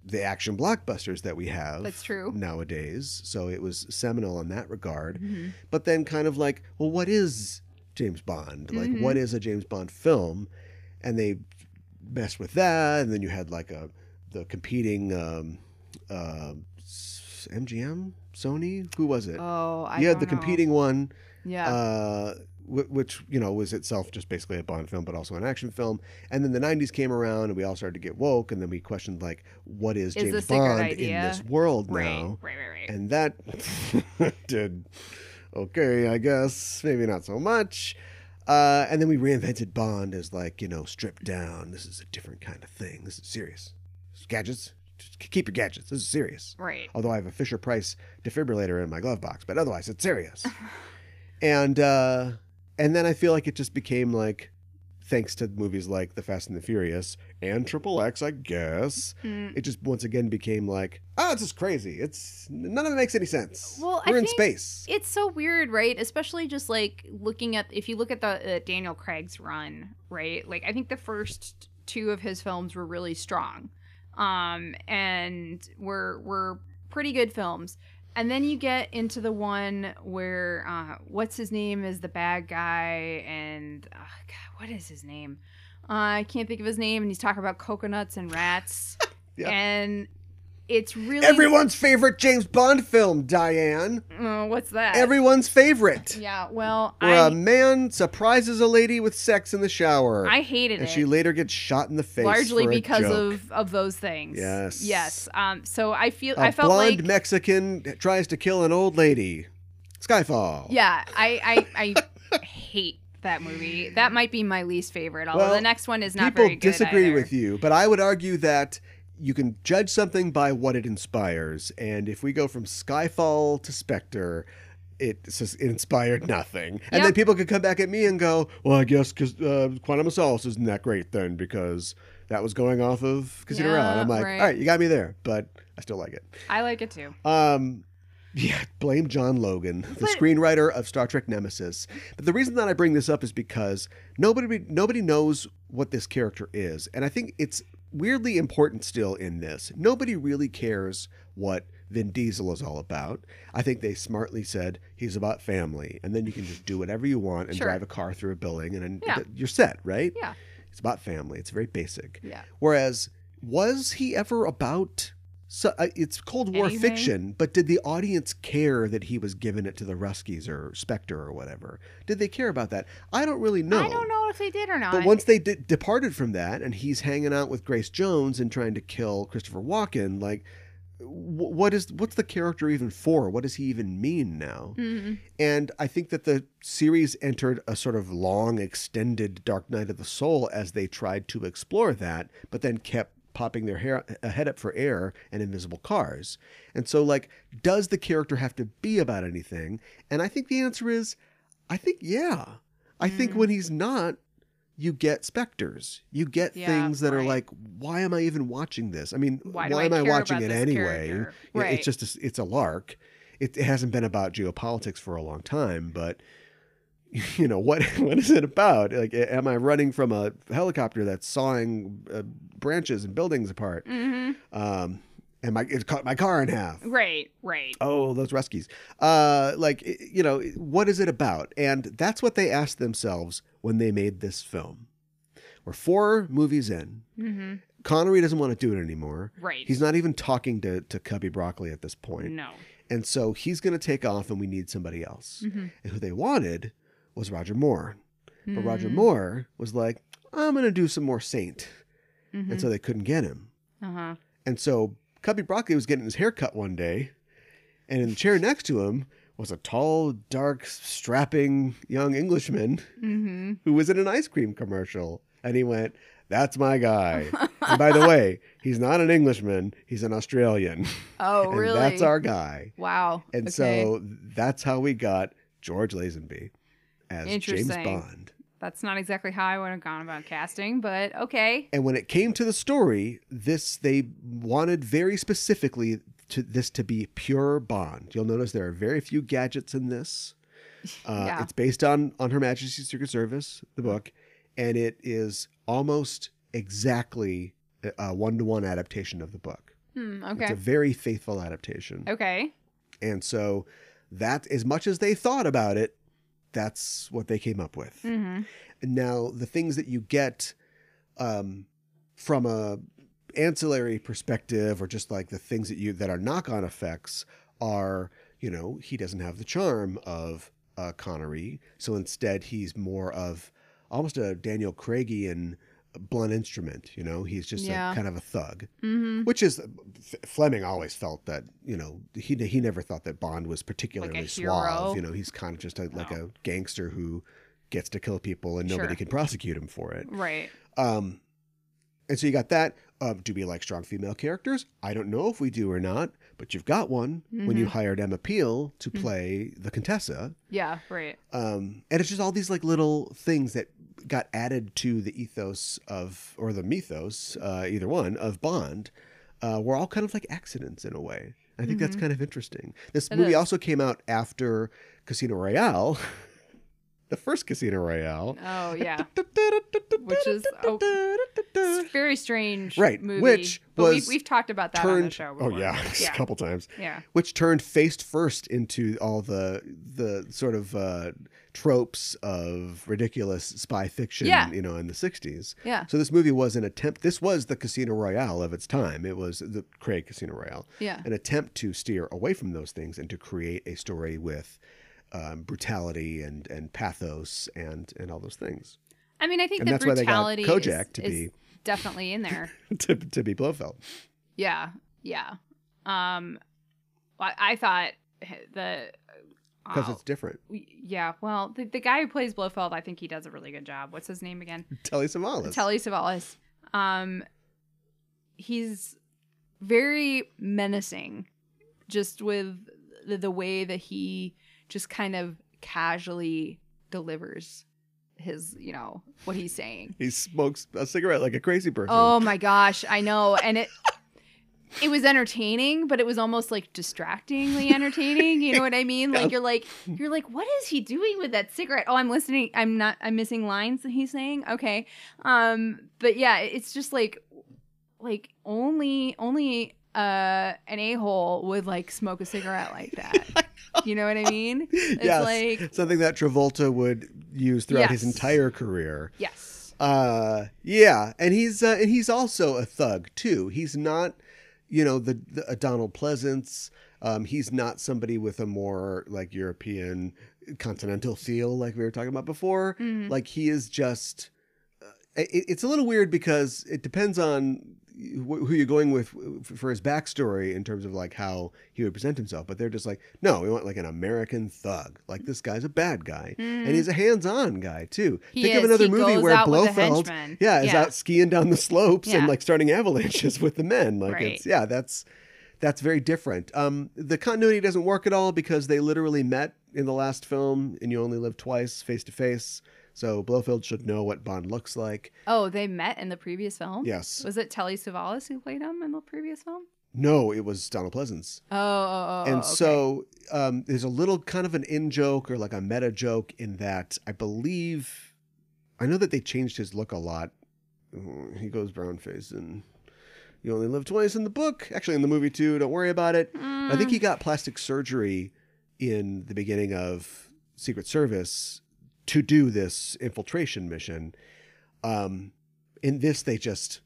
the action blockbusters that we have
That's true.
nowadays. So it was seminal in that regard
Mhm.
but then kind of like, well, what is James Bond? Like,
Mhm.
what is a James Bond film? And they messed with that, and then you had like a the competing um, uh, s- MGM, Sony, who was it?
Oh, I
you had
don't
the
know.
competing one,
Yeah.
uh, wh- which you know was itself just basically a Bond film, but also an action film. And then the '90s came around, and we all started to get woke, and then we questioned like, what is,
Is
James
this a good
Bond in
idea?
this world
right.
now?
right. Right. Right.
And that did okay, I guess. Maybe not so much. Uh, and then we reinvented Bond as like, you know, stripped down. This is a different kind of thing. This is serious. Gadgets. Just k- keep your gadgets. This is serious.
right.
Although I have a Fisher Price defibrillator in my glove box, but otherwise it's serious. and uh, and then I feel like it just became like thanks to movies like The Fast and the Furious and Triple X, I guess
Mm.
it just once again became like, oh, this is crazy. It's none of it makes any sense.
Well, I
we're in
think-
space.
It's so weird, right? Especially just like looking at if you look at the uh, Daniel Craig's run, right? Like I think the first two of his films were really strong, um, and were were pretty good films. And then you get into the one where uh, what's his name is the bad guy, and oh God, what is his name? Uh, I can't think of his name, and he's talking about coconuts and rats,
Yeah.
and it's really
Everyone's favorite James Bond film, Diane.
Oh, what's that?
Everyone's favorite.
yeah. Well,
Where a
I
man surprises a lady with sex in the shower.
I hated
and
it.
she later gets shot in the face.
largely
for a
because
joke.
of of those things.
Yes.
Yes. Um. So I feel
A
I felt
blonde
like
Mexican tries to kill an old lady. Skyfall.
yeah. I I I hate that movie. That might be my least favorite. Although
Well,
the next one is not
People
very good.
disagree
either.
with you, but I would argue that you can judge something by what it inspires. And if we go from Skyfall to Spectre, it, s- it inspired nothing. And then
Yep.
people could come back at me and go, well, I guess because uh, Quantum of Solace isn't that great then because that was going off of Casino Royale. And I'm
Yeah,
like,
right.
all right, you got me there, but I still like it.
I like it too.
Um, yeah, blame John Logan, the
But-
screenwriter of Star Trek Nemesis. But the reason that I bring this up is because nobody nobody knows what this character is, and I think it's weirdly important still in this. Nobody really cares what Vin Diesel is all about. I think they smartly said he's about family, and then you can just do whatever you want and
Sure.
drive a car through a building, and then
Yeah.
you're set, right?
Yeah.
It's about family. It's very basic.
Yeah.
Whereas, was he ever about? So, uh, it's Cold War
Anything?
fiction, but did the audience care that he was giving it to the Ruskies or Spectre or whatever? Did they care about that? I don't really know.
I don't know if they did or not.
But once they de- departed from that, and he's hanging out with Grace Jones and trying to kill Christopher Walken, like, wh- what is what's the character even for? What does he even mean now?
Mhm.
And I think that the series entered a sort of long, extended Dark Night of the Soul as they tried to explore that, but then kept popping their hair, uh, head up for air and invisible cars. And so, like, does the character have to be about anything? And I think the answer is, I think, yeah. I think
Mm.
when he's not, you get specters. You get
Yeah,
things that are
right.
like, why am I even watching this? I mean,
Why
why,
do I
am I
care
watching
about
it
this
anyway?
character?
Yeah,
Right.
It's just a s it's a lark. It, it hasn't been about geopolitics for a long time, but you know what? What is it about? Like, a- am I running from a helicopter that's sawing uh, branches and buildings apart?
Mhm.
Um, am I? It cut my car in half.
Right. Right.
Oh, those Ruskies. Uh, like, i- you know, what is it about? And that's what they asked themselves when they made this film. We're four movies in.
hmm
Connery doesn't want to do it anymore.
Right.
He's not even talking to, to Cubby Broccoli at this point.
No.
And so he's going to take off, and we need somebody else.
Mhm.
And who they wanted was Roger Moore. But Roger
Mhm.
Moore was like, I'm going to do some more Saint.
Mhm.
And so they couldn't get him.
Uh-huh.
And so Cubby Broccoli was getting his hair cut one day, and in the chair next to him was a tall, dark, strapping young Englishman
hmm
who was in an ice cream commercial. And he went, That's my guy. and by the way, he's not an Englishman, he's an Australian.
Oh,
and
really?
that's our guy.
wow.
And
okay.
so that's how we got George Lazenby as James
Interesting.
Bond.
that's not exactly how I would have gone about casting, but okay.
And when it came to the story, this they wanted very specifically to this to be pure Bond. You'll notice there are very few gadgets in this. Uh,
Yeah.
It's based on on Her Majesty's Secret Service, the book, and it is almost exactly a- a one to one adaptation of the book.
Hmm,
It's a
okay.
very faithful adaptation,
okay.
and so that as much as they thought about it, that's what they came up with.
hmm
Now, the things that you get um, from a ancillary perspective, or just like the things that you that are knock-on effects, are you know he doesn't have the charm of uh, Connery, so instead he's more of almost a Daniel Craigian blunt instrument. You know, he's just
Yeah.
a, kind of a thug,
hmm
which is uh, F- Fleming always felt that you know he he never thought that Bond was particularly
hero?
suave. You know, he's kind of just a, like
No.
a gangster who gets to kill people and nobody
Sure.
can prosecute him for it.
Right.
Um, and so you got that. Uh, do we like strong female characters? I don't know if we do or not, but you've got one when you
Mhm.
hired Emma Peel to
Mhm.
play the Contessa.
Yeah. Right.
Um, and it's just all these like little things that got added to the ethos of, or the mythos, uh, either one, of Bond, uh, were all kind of like accidents in a way. I think that's
Mhm.
kind of interesting. This
It
movie
is.
also came out after Casino Royale, the first Casino Royale.
Oh, yeah.
Which
is It's a very strange.
Right,
Movie,
which
but
was
we've, we've talked about that on the
turned
show.
oh
Before.
yeah, a
Yeah.
couple times
Yeah.
which turned face first into all the the sort of uh, tropes of ridiculous spy fiction,
Yeah.
you know, in the 60s.
Yeah.
So this movie was an attempt, this was the Casino Royale of its time. It was the Craig Casino Royale,
Yeah.
an attempt to steer away from those things and to create a story with um, brutality and, and pathos and, and all those things.
I mean, I think
And
the
that's why they got
brutality
Kojak
is,
to
is
be-
definitely in there.
to, to be Blofeld.
Yeah, yeah. Um, I, I thought the
Because
oh,
it's different.
yeah. Well, the, the guy who plays Blofeld, I think he does a really good job. What's his name again?
Telly Savalas.
Telly Savalas. Um, he's very menacing, just with the, the way that he just kind of casually delivers his, you know, what he's saying.
He smokes a cigarette like a crazy person.
Oh my gosh, I know, and it it was entertaining, but it was almost like distractingly entertaining. You know what I mean? Like you're like you're like, what is he doing with that cigarette? Oh, I'm listening. I'm not. I'm missing lines that he's saying. Okay, um, but yeah, it's just like like only only uh an a hole would like smoke a cigarette like that. You know what I mean? It's
yes.
like
Something that Travolta would use throughout his
Yes.
entire career.
yes,
Uh, yeah, and he's uh, and he's also a thug too. He's not, you know, the, the a Donald Pleasance. Um, he's not somebody with a more like European continental feel, like we were talking about before.
Mhm.
Like he is just. uh, It, it's a little weird because it depends on wh- who you're going with for his backstory in terms of like how he would present himself. But they're just like, no, we want like an American thug. Like this guy's a bad guy, and he's a hands-on guy too.
He
Think of
is.
another
He
movie
goes
where
out with the
Blofeld,
henchmen.
yeah, is
Yeah.
out skiing down the slopes
Yeah.
and like starting avalanches with the men. Like
Right.
it's yeah, that's that's very different. Um, the continuity doesn't work at all because they literally met in the last film, and you only live twice, face to face. So Blofeld should know what Bond looks like.
Oh, they met in the previous film.
Yes.
Was it Telly Savalas who played him in the previous film?
No, it was Donald Pleasance.
Oh, oh, oh,
and
oh, okay.
so um, there's a little kind of an in joke or like a meta joke in that I believe I know that they changed his look a lot. Uh, He goes brown faced and you only live twice in the book, actually in the movie too. Don't worry about it. I
Mm, Hmm.
think he got plastic surgery in the beginning of Secret Service to do this infiltration mission. Um, in this, they just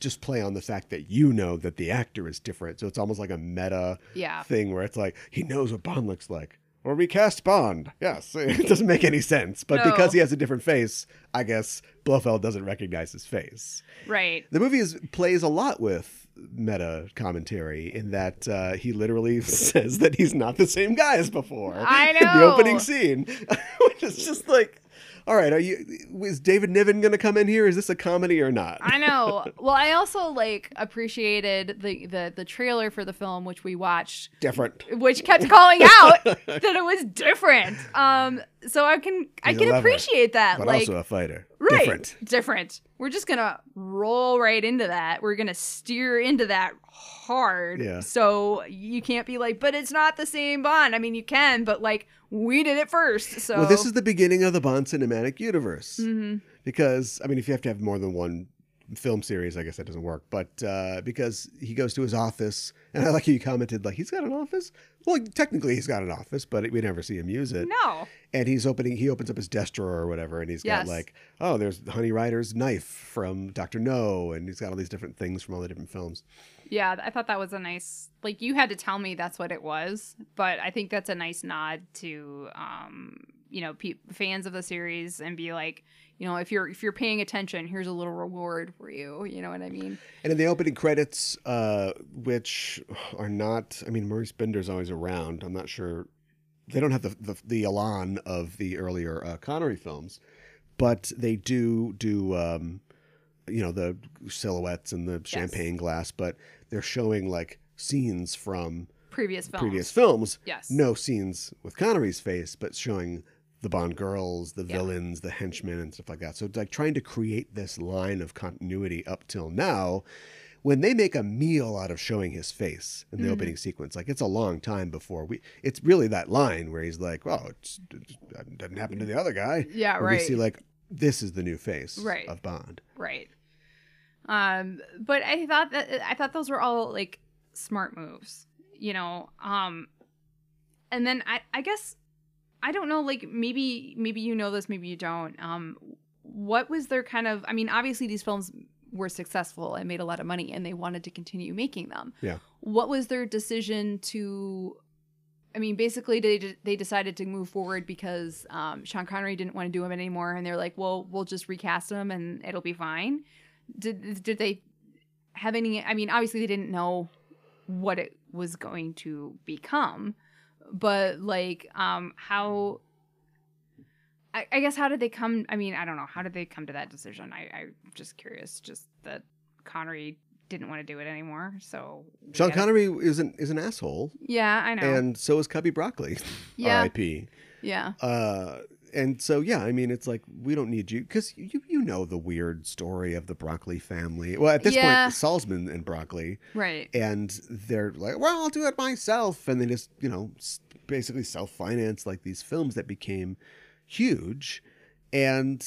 just play on the fact that you know that the actor is different, so it's almost like a meta
yeah,
thing where it's like he knows what Bond looks like. Or recast Bond. Yes, it doesn't make any sense. But
No.
because he has a different face, I guess Blofeld doesn't recognize his face.
right.
The movie is, plays a lot with meta commentary in that uh, he literally says that he's not the same guy as before.
I
In the
know.
opening scene, which is just like, all right, are you? Is David Niven going to come in here? Is this a comedy or not?
I know. Well, I also like appreciated the, the the trailer for the film, which we watched,
different.
which kept calling out that it was different. Um, so I can I
He's a
can
lover,
appreciate that.
But
like,
also a fighter.
right,
Different.
different. We're just gonna roll right into that. We're gonna steer into that hard.
Yeah.
So you can't be like, but it's not the same Bond. I mean, you can, but like we did it first. So
Well, this is the beginning of the Bond cinematic universe.
Mhm.
because I mean, if you have to have more than one film series, I guess that doesn't work. But uh, because he goes to his office, and I like how you commented, like he's got an office. Well, technically he's got an office, but we never see him use it.
No.
And he's opening, he opens up his desk drawer or whatever, and he's
Yes.
got like, oh, there's Honey Rider's knife from Doctor No, and he's got all these different things from all the different films.
Yeah, I thought that was a nice like you had to tell me that's what it was, but I think that's a nice nod to um, you know, pe- fans of the series and be like, you know, if you're if you're paying attention, here's a little reward for you, you know what I mean?
And in the opening credits, uh, which are not, I mean, Maurice Bender's always around. I'm not sure. They don't have the, the, the elan of the earlier uh, Connery films, but they do do, um, you know, the silhouettes and the champagne glass, but they're showing like scenes from
Previous films.
previous films.
Yes.
No scenes with Connery's face, but showing the Bond girls, the
Yeah.
villains, the henchmen, and stuff like that. So it's like trying to create this line of continuity up till now. When they make a meal out of showing his face in the
Mhm.
opening sequence, like it's a long time before we. It's really that line where he's like, "Well, it's, it doesn't happen to the other guy."
Yeah,
Where
right.
We see like this is the new face
Right.
of Bond.
right. Um, but I thought that I thought those were all like smart moves, you know. Um, and then I I guess I don't know, like maybe maybe you know this, maybe you don't. Um, what was their kind of? I mean, obviously these films were successful and made a lot of money, and they wanted to continue making them.
Yeah.
What was their decision to? I mean, basically, they they decided to move forward because um, Sean Connery didn't want to do him anymore, and they're like, "Well, we'll just recast him, and it'll be fine." Did did they have any? I mean, obviously, they didn't know what it was going to become but like um how I, I guess how did they come i mean i don't know how did they come to that decision i i'm just curious just that connery didn't want to do it anymore so we
Sean
gotta-
Connery is an is an asshole,
yeah i know
and so is Cubby Broccoli.
yeah
R.I.P.
yeah
Uh, and so yeah, I mean, it's like we don't need you because you you know the weird story of the Broccoli family. Well, at this
Yeah.
point, Salzman and Broccoli,
right
and they're like, "Well, I'll do it myself," and they just you know s- basically self finance like these films that became huge, and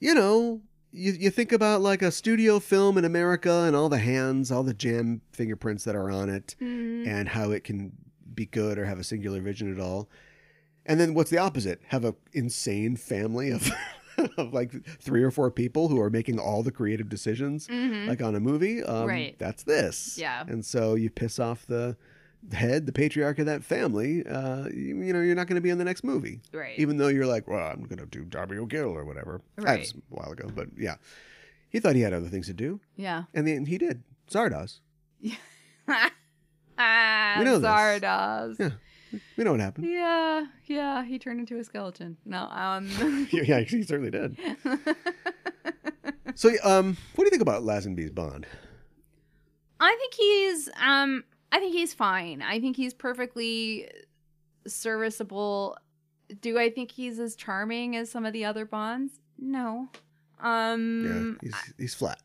you know. You, you think about like a studio film in America and all the hands, all the jam fingerprints that are on it,
Mm,
and how it can be good or have a singular vision at all. And then what's the opposite? Have a insane family of, of like three or four people who are making all the creative decisions,
mhm.
like on a movie. Um,
Right.
That's this.
Yeah.
And so you piss off the head, the patriarch of that family. Uh, you, you know, you're not going to be in the next movie,
right
even though you're like, well, I'm going to do Darby O'Gill or whatever. That
Right.
was a while ago, but yeah, he thought he had other things to do,
yeah
and then he did. Zardoz.
ah
We know this.
zardoz
Yeah. We know what happened.
yeah yeah he turned into a skeleton no um
yeah, he certainly did. So, um, what do you think about Lazenby's Bond?
I think he's um I think he's fine. I think he's perfectly serviceable. Do I think he's as charming as some of the other Bonds? No. Um
yeah, he's, he's flat,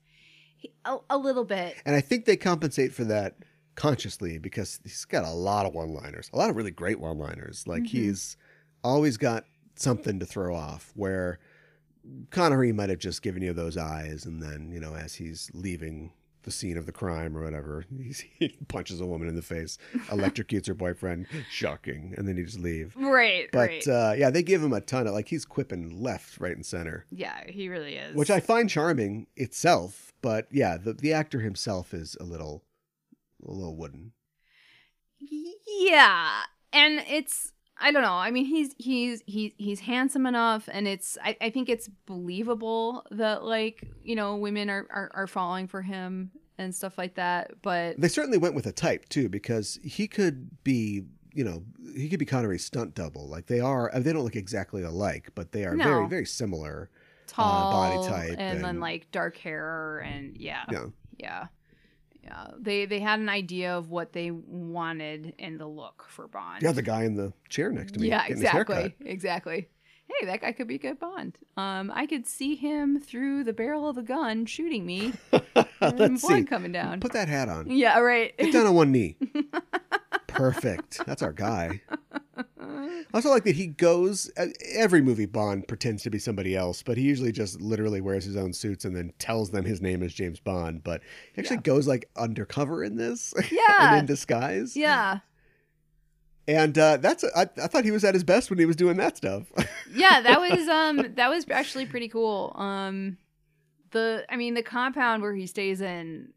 he- a, a little bit.
and I think they compensate for that consciously because he's got a lot of one-liners, a lot of really great one-liners. Like
Mhm.
he's always got something to throw off. Where Connery might have just given you those eyes, and then you know, as he's leaving the scene of the crime or whatever, he's, he punches a woman in the face, electrocutes her boyfriend, shocking, and then he just leave.
Right,
But
right.
uh, yeah, they give him a ton of like he's quipping left, right, and center.
yeah, he really is.
which I find charming itself, but yeah, the the actor himself is a little a little wooden.
Yeah. And it's I don't know. I mean, he's he's he's he's handsome enough and it's I, I think it's believable that like, you know, women are, are are falling for him and stuff like that, but
They certainly went with a type too, because he could be you know he could be Connery's stunt double. Like they are, uh, they don't look exactly alike, but they are
No.
very very similar.
tall
body type
and, then
and-
like dark hair and yeah, yeah
Yeah,
yeah they they had an idea of what they wanted in the look for bond
yeah, the guy in the chair next to me.
yeah
getting his haircut.
exactly exactly hey that guy could be a good bond um i could see him through the barrel of a gun shooting me and
Oh, Let's
blood
see.
coming down
Put that hat on.
yeah right
Get down on one knee. Perfect. That's our guy.
Uh,
I also like that he goes. uh, Every movie Bond pretends to be somebody else, but he usually just literally wears his own suits and then tells them his name is James Bond. But he actually
Yeah.
goes like undercover in this and
yeah
in disguise.
yeah
And uh, that's I, I thought he was at his best when he was doing that stuff.
yeah that was um that was actually pretty cool um the i mean the compound where he stays in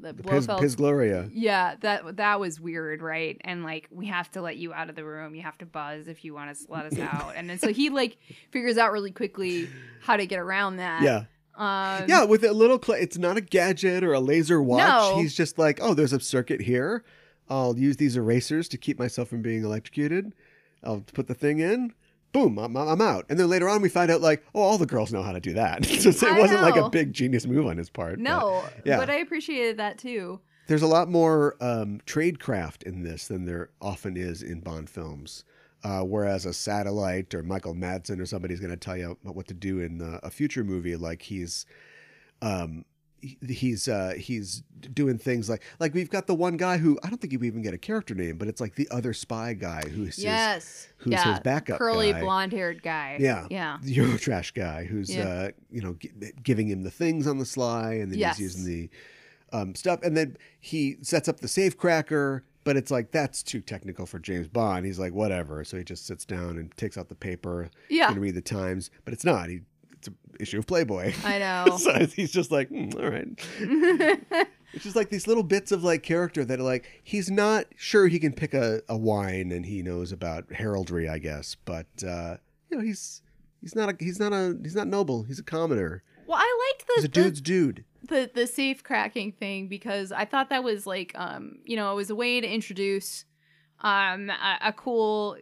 the
Piz,
Blofeld
Piz Gloria.
Yeah, that that was weird, right? And like, we have to let you out of the room. You have to buzz if you want to let us out. And then so he like figures out really quickly how to get around that.
Yeah,
Um,
yeah. With a little, cl- it's not a gadget or a laser watch.
No.
He's just like, oh, there's a circuit here. I'll use these erasers to keep myself from being electrocuted. I'll put the thing in. Boom, I'm, I'm out. And then later on, we find out like, oh, all the girls know how to do that. so it
I
wasn't like
know.
a big genius move on his part. but
No,
yeah.
but I appreciated that too.
there's a lot more um, trade craft in this than there often is in Bond films. Uh, whereas a satellite or Michael Madsen or somebody's going to tell you what to do in uh, a future movie, like he's, um, he- he's uh, he's doing things like like we've got the one guy who I don't think you even get a character name, but it's like the other spy guy who's his-
yes.
who's
yeah.
his backup
Curly
guy.
blonde haired guy.
Yeah.
Yeah.
the Eurotrash guy who's
Yeah.
uh, you know gi- giving him the things on the sly, and then
Yes.
he's using the um, stuff, and then he sets up the safe cracker. But it's like that's too technical for James Bond. He's like, whatever. So he just sits down and takes out the paper
Yeah,
and read the Times. But it's not. He it's an issue of Playboy.
I know.
so he's just like, "Hmm, all right. It's just like these little bits of like character that are like he's not sure he can pick a, a wine and he knows about heraldry, I guess, but uh, you know he's he's not a he's not a he's not noble. He's a commoner.
well, I liked the
He's a
the-
dude's dude.
the the safe cracking thing because I thought that was like um you know it was a way to introduce um a, a cool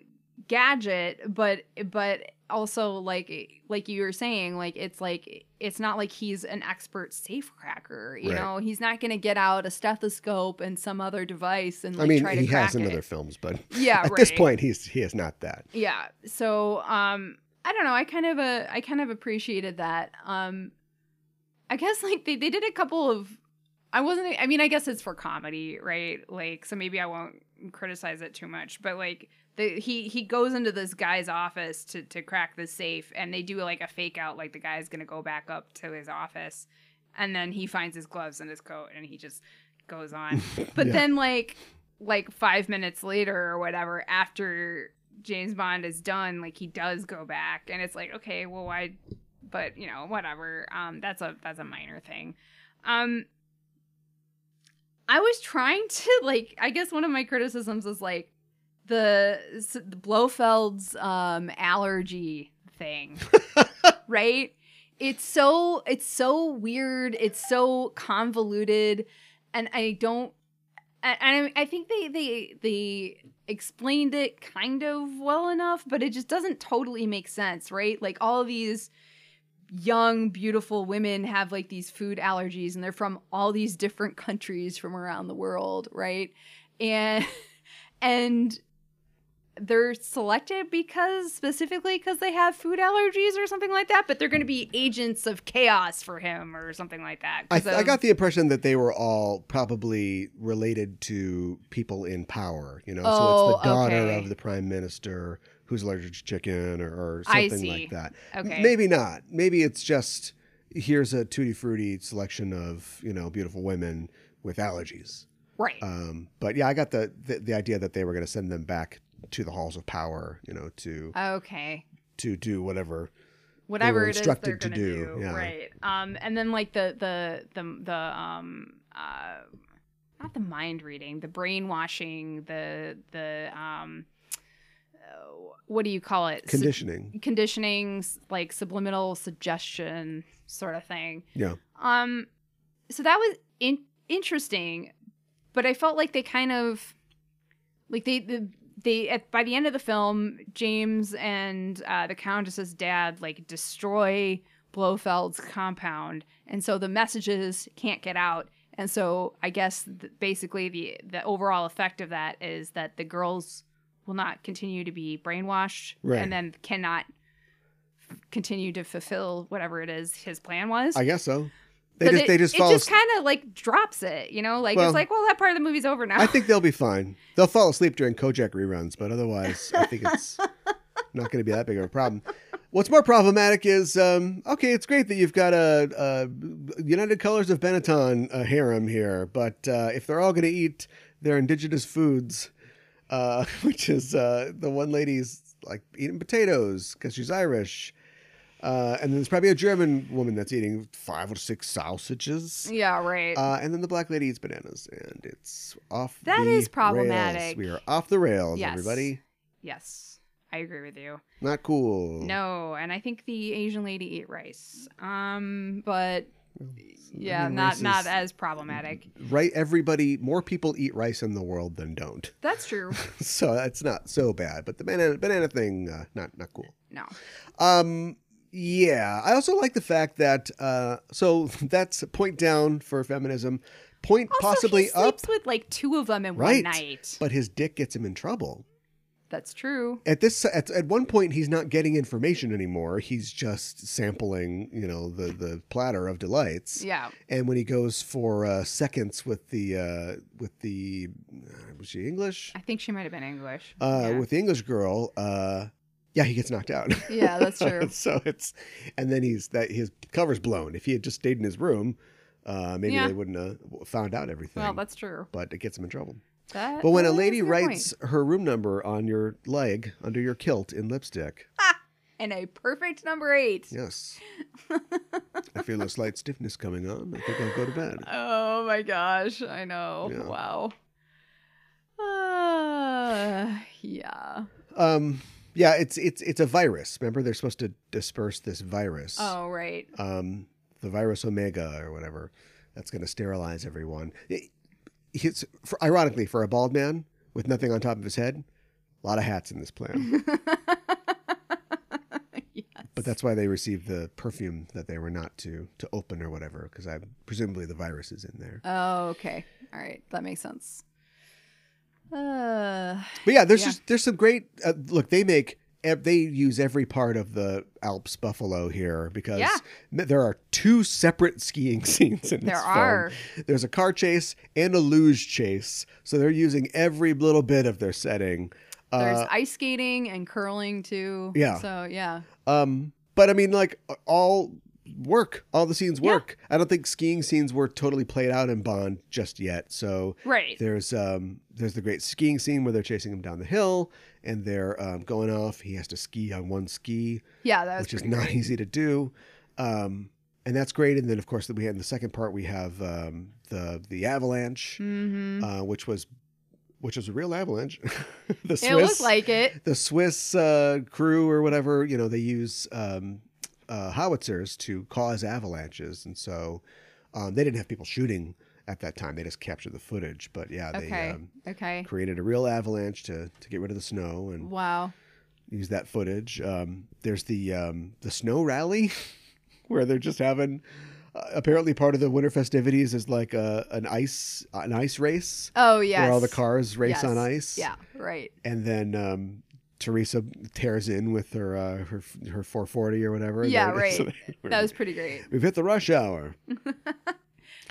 gadget but but also like like you were saying like it's like it's not like he's an expert safe cracker you
Right.
know he's not gonna get out a stethoscope and some other device and like,
I mean,
try to
he
crack
has in
it.
other films, but
yeah
at this
right.
point he's he is not that.
yeah so um i don't know i kind of uh, i kind of appreciated that um i guess like they, they did a couple of i wasn't i mean i guess it's for comedy right like so maybe i won't criticize it too much but like the, he he goes into this guy's office to to crack the safe and they do like a fake out like the guy's gonna go back up to his office and then he finds his gloves and his coat and he just goes on but
Yeah.
then like like five minutes later or whatever after James Bond is done, like he does go back, and it's like, okay, well, why? But you know, whatever. Um, that's a that's a minor thing. Um, I was trying to like, I guess one of my criticisms is like the, s- the Blofeld's um allergy thing, right? It's so it's so weird. It's so convoluted, and I don't. And and I, I think they they they explained it kind of well enough, but it just doesn't totally make sense, right? Like all of these young, beautiful women have like these food allergies and they're from all these different countries from around the world, right? And and they're selected because specifically because they have food allergies or something like that, but they're going to be agents of chaos for him or something like that.
I,
'cause
I
of-
got the impression that they were all probably related to people in power, you know. so
Oh,
it's the daughter
okay.
of the prime minister who's allergic to chicken or, or
I
something
see.
like that.
okay.
Maybe not. Maybe it's just here's a tutti frutti selection of you know beautiful women with allergies.
right.
Um, but yeah, I got the, the the idea that they were going to send them back to the halls of power, you know, to
okay.
to do whatever.
whatever it is
instructed
they're
to
gonna
do,
do,
yeah.
right um and then like the the the the um uh not the mind reading the brainwashing the the um uh, what do you call it Su-
Conditioning.
conditioning s- like subliminal suggestion sort of thing
Yeah.
um so that was in- interesting but i felt like they kind of like they the they at, by the end of the film james and uh, the countess's dad like destroy blofeld's compound and so the messages can't get out and so i guess th- basically the the overall effect of that is that the girls will not continue to be brainwashed
Right.
and then cannot continue to fulfill whatever it is his plan was
I guess so. They
but
just
it,
they just
it
follow.
just kind of like drops it, you know. Like
Well-
it's like, well, that part of the movie's over now.
I think they'll be fine. They'll fall asleep during Kojak reruns, but otherwise, I think it's not going to be that big of a problem. What's more problematic is um, okay, it's great that you've got a, a United Colors of Benetton a harem here, but uh, if they're all going to eat their indigenous foods, uh, which is uh, the one lady's like eating potatoes because she's Irish. Uh, and then there's probably a German woman that's eating five or six sausages.
yeah, right.
Uh, and then the black lady eats bananas, and it's off.
That
the
is problematic.
rails. We are off the rails,
Yes.
everybody.
yes, I agree with you.
Not cool.
No, and I think the Asian lady ate rice. Um, but yeah,
mean,
not
rice
not
is-
as problematic.
Right? Everybody, more people eat rice in the world than don't,
That's true.
so that's not so bad. But the banana banana thing, uh, not not cool.
No.
Um, yeah, I also like the fact that uh, so that's a point down for feminism, point
Also, he
possibly up,
sleeps with like two of them in
Right.
one night.
but his dick gets him in trouble.
That's true.
at this at, at one point he's not getting information anymore he's just sampling you know the the platter of delights
Yeah.
and when he goes for uh, seconds with the uh with the uh, was she english
I think she might have been English.
uh
yeah.
with the english girl uh yeah he gets knocked out
yeah, that's true.
so it's and then he's that his cover's blown if he had just stayed in his room uh maybe
Yeah.
they wouldn't have found out everything
well, that's true.
but it gets him in trouble
That,
But when a
that's
lady
good
writes
point.
her room number on your leg under your kilt in lipstick,
and a perfect number eight.
yes, I feel a slight stiffness coming on. I think I'll go to bed.
Oh my gosh, I know.
Yeah.
Wow. Uh, yeah.
Um, yeah, it's it's it's a virus. Remember, they're supposed to disperse this virus.
Oh right.
um, the virus omega or whatever that's going to sterilize everyone. It- it's for, ironically for a bald man with nothing on top of his head, a lot of hats in this plan.
yes.
but that's why they received the perfume that they were not to to open or whatever, because I presumably the virus is in there.
Oh, okay. All right, that makes sense. Uh,
But yeah, there's
Yeah.
just there's some great uh, look. They make ev- they use every part of the Alps buffalo here because
Yeah.
th- there are two separate skiing scenes in
there
this
are.
film. There's a car chase and a luge chase, so they're using every little bit of their setting.
There's
Uh,
ice skating and curling too.
Yeah.
So yeah.
um, but I mean, like all work, all the scenes
Yeah.
work. I don't think skiing scenes were totally played out in Bond just yet, so
Right.
There's um there's the great skiing scene where they're chasing him down the hill and they're um, going off. He has to ski on one ski,
yeah, that was
which is
pretty
not
great.
easy to do. Um, and that's great. And then of course that we had in the second part we have um, the the avalanche,
Mhm.
uh, which was which was a real avalanche. the Swiss
It looked like it.
the Swiss uh, crew or whatever you know they use um, uh, howitzers to cause avalanches, and so um, they didn't have people shooting. At that time, they just captured the footage, but yeah, they
Okay.
um,
Okay.
created a real avalanche to, to get rid of the snow and
Wow.
use that footage. Um, there's the um, the snow rally where they're just having uh, apparently part of the winter festivities is like a, an ice an ice race
Oh yes.
where all the cars race
Yes.
on ice.
Yeah. Right.
and then um, Teresa tears in with her uh, her her 440 or whatever. and
Yeah,
they're-
right.
they-
That was pretty great.
We've hit the rush hour.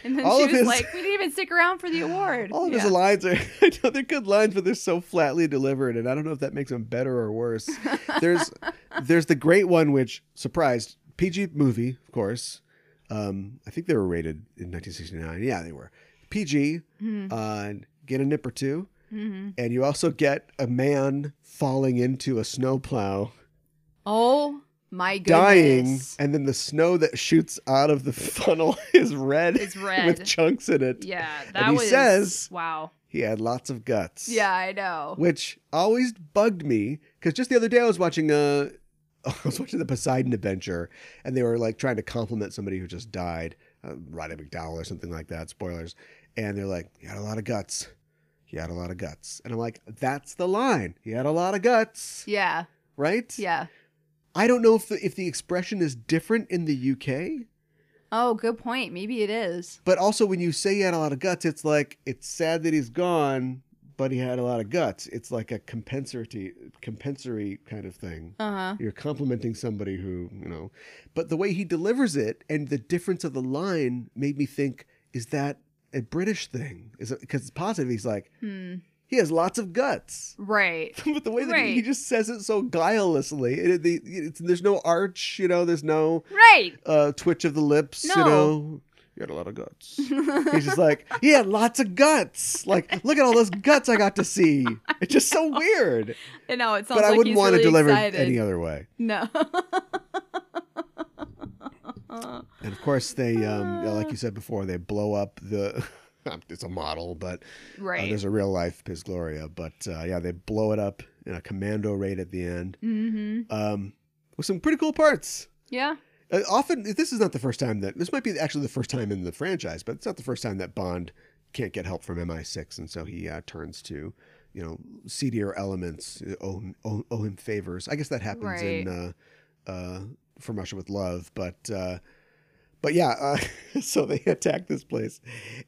And then
All
she
of
was
his-
like, "We didn't even stick around for the award."
All of
Yeah.
his lines are, I know they're good lines, but they're so flatly delivered, and I don't know if that makes them better or worse. There's, there's the great one which surprised PG movie, of course. Um, I think they were rated in 1969. Yeah, they were PG.
Mhm.
Uh, get a nip or two,
Mhm.
and you also get a man falling into a snowplow,
Oh my goodness!
dying, and then the snow that shoots out of the funnel is red,
It's red.
with chunks in it.
Yeah, that
he
was.
says-
"Wow."
He had lots of guts.
Yeah, I know.
which always bugged me because just the other day I was watching uh I was watching the Poseidon Adventure, and they were like trying to compliment somebody who just died, uh, Roddy McDowell or something like that. Spoilers, and they're like, "He had a lot of guts. He had a lot of guts," and I'm like, "That's the line. He had a lot of guts,
Yeah,
right?"
yeah.
I don't know if the, if the expression is different in the UK,
Oh, good point. Maybe it is.
but also when you say he had a lot of guts, it's like it's sad that he's gone, but he had a lot of guts. It's like a compensatory compensatory kind of thing.
Uh huh.
You're complimenting somebody who, you know, but the way he delivers it and the difference of the line made me think, is that a British thing? Is it because it's positive? He's like,
Hmm.
he has lots of guts.
Right.
But the way that he- he
Right.
just says it so guilelessly, it, the it's, there's no arch, you know, there's no
Right.
uh, twitch of the lips, you
No.
know. He had a lot of guts. He's just like, he had lots of guts. Like, look at all those guts I got to see. It's just so weird.
I know it sounds
But I
like
wouldn't
he's
want
really
to deliver it
excited.
any other way.
No.
And of course, they, um, yeah, like you said before, they blow up the. it's a model, but uh,
right.
there's a real life Piz Gloria. But uh, yeah, they blow it up in a commando raid at the end
mm-hmm.
um, with some pretty cool parts.
Yeah.
Uh, often, this is not the first time that. This might be actually the first time in the franchise, but it's not the first time that Bond can't get help from MI6. And so he uh, turns to, you know, seedier elements, uh, owe, him- owe, owe him favors. I guess that happens in. Uh, uh, from Russia with Love, but uh, but yeah, uh, so they attack this place,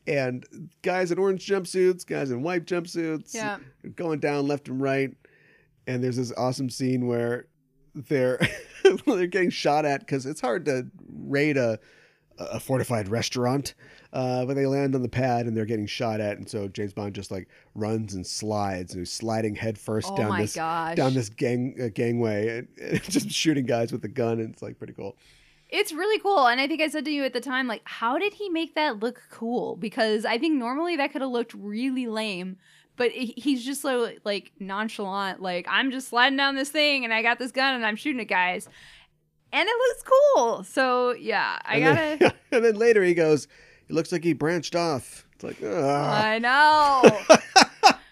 and guys in orange jumpsuits, guys in white jumpsuits,
Yeah.
are going down left and right, and there's this awesome scene where they're they're getting shot at because it's hard to raid a a fortified restaurant, uh, but they land on the pad and they're getting shot at, and so James Bond just like runs and slides, and he's sliding headfirst
Oh
down
my
this
gosh.
down this gang uh, gangway and, and just shooting guys with a gun and it's like pretty cool
It's really cool. And I think I said to you at the time, like, how did he make that look cool? Because I think normally that could have looked really lame. But he- he's just so like nonchalant, like I'm just sliding down this thing and I got this gun and I'm shooting at guys, and it looks cool. So yeah, I
and
gotta.
Then, and then later he goes, it looks like he branched off. It's like, ah.
I know.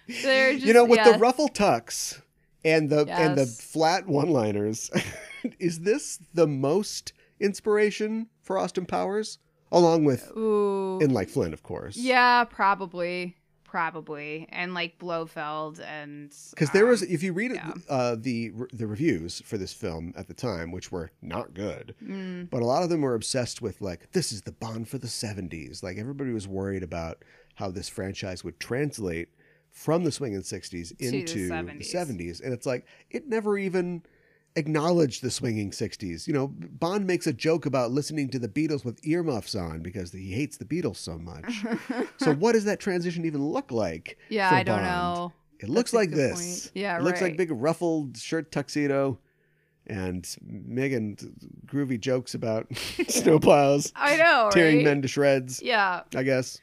They're just,
you know, with
yeah.
the ruffle tucks and the and the
Yes.
flat one-liners, is this the most inspiration for Austin Powers, along with
Ooh.
in like Flynn, of course?
Uh, Yeah, probably, probably, and like Blofeld and
Because there
um,
was, if you read
yeah.
uh, the the reviews for this film at the time, which were not good,
mm,
But a lot of them were obsessed with like this is the Bond for the 70s. Like everybody was worried about how this franchise would translate from the swinging 60s
the
into the 70s.
70s.
And it's like it never even acknowledged the swinging 60s. You know, Bond makes a joke about listening to the Beatles with earmuffs on because he hates the Beatles so much. so what does that transition even look like?
yeah,
for
I don't
Bond?
know.
It looks
That's a
like
good
this.
point. Yeah,
it looks like
right.
big ruffled shirt tuxedo, and Megan groovy jokes about snowplows
I know,
tearing
right?
men to shreds.
Yeah.
I guess.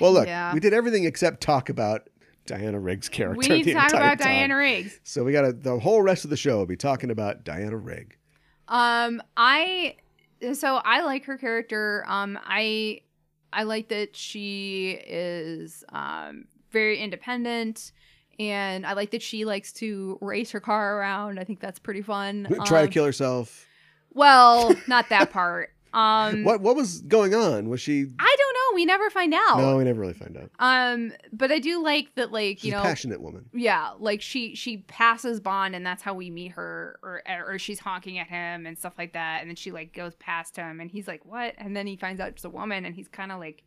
Well, look,
yeah.
we did everything except talk about Diana Riggs' character.
we need
the
to talk
entire
about
time.
Diana Riggs.
So we got to the whole rest of the show will be talking about Diana Rigg.
Um, I so I like her character. Um, I I like that she is um very independent. And I like that she likes to race her car around. I think that's pretty fun.
Try to
Um,
kill herself.
Well, not that part. Um
What what was going on? Was she?
I don't know. We never find out.
No, we never really find out.
Um but I do like that like,
She's
you
a
know,
passionate woman.
yeah, like she she passes Bond and that's how we meet her or or she's honking at him and stuff like that and then she like goes past him and he's like, "What?" and then he finds out it's a woman and he's kind of like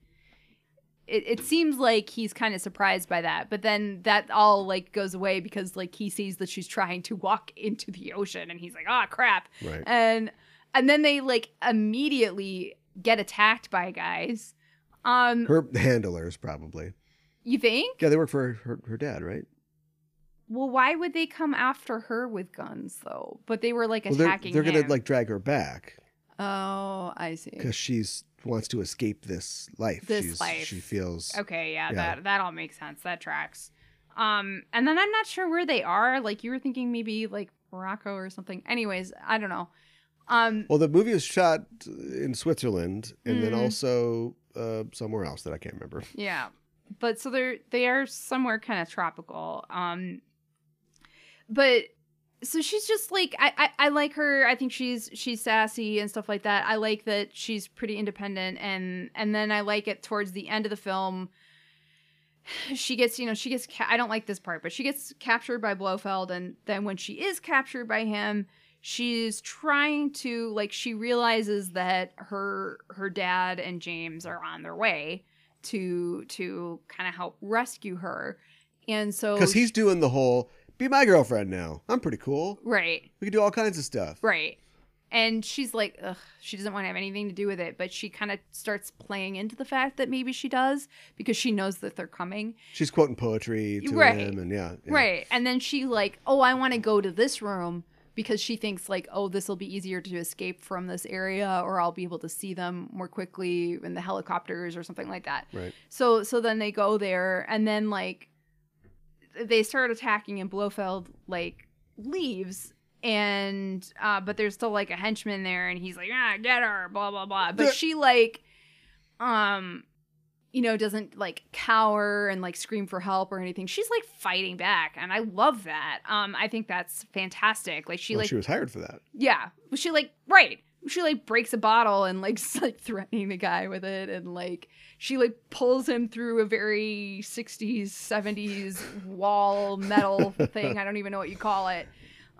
it, it seems like he's kind of surprised by that, but then that all like goes away because like he sees that she's trying to walk into the ocean and he's like, "Ah, crap."
Right.
and and then they like immediately get attacked by guys um
Her handlers probably.
you think
Yeah, they work for her, her dad, right?
well why would they come after her with guns though but they were like
Well, they're
attacking
they're gonna
him.
like drag her back
oh i see
because she's wants to escape this life.
This
she's,
life.
She feels.
okay yeah,
Yeah.
that that all makes sense that tracks um and then i'm not sure where they are like you were thinking maybe like morocco or something anyways i don't know um
Well, the movie was shot in Switzerland and then
Mm.
also uh, somewhere else that I can't remember.
Yeah. But so they're they are somewhere kind of tropical. Um but so she's just like I, I I like her. I think she's she's sassy and stuff like that. I like that she's pretty independent and and then I like it towards the end of the film she gets you know she gets ca- I don't like this part, but she gets captured by Blofeld and then when she is captured by him, she's trying to like she realizes that her her dad and James are on their way to to kind of help rescue her. And so
Because he's doing the whole "be my girlfriend now." I'm pretty cool.
right,
We can do all kinds of stuff.
right. And she's like, ugh, she doesn't want to have anything to do with it, but she kind of starts playing into the fact that maybe she does because she knows that they're coming.
She's quoting poetry to
Right.
him, and yeah, yeah.
Right. And then she like, oh, I want to go to this room because she thinks like, oh, this will be easier to escape from this area or I'll be able to see them more quickly in the helicopters or something like that.
Right.
So so then they go there and then like they start attacking and Blofeld like leaves and uh but there's still like a henchman there and he's like, "Ah, get her, blah blah blah."
Yeah.
But she like um you know doesn't like cower and like scream for help or anything she's like fighting back and i love that um i think that's fantastic like she
Well,
like
she was hired for that.
yeah she like right she like breaks a bottle and like s- like threatening the guy with it and like she like pulls him through a very 60s 70s wall metal thing i don't even know what you call it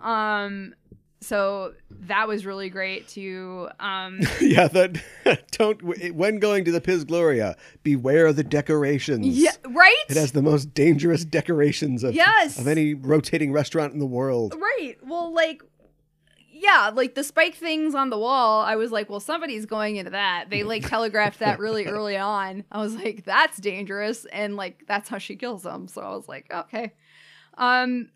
um so that was really great too um
yeah, that don't when going to the Piz Gloria, beware the decorations.
yeah right
It has the most dangerous decorations of,
Yes. Oh.
of any rotating restaurant in the world.
Right. Well, like, yeah, like the spike things on the wall. I was like, well, somebody's going into that. They like telegraphed that really early on. I was like, that's dangerous, and like that's how she kills them. So I was like, okay. Um,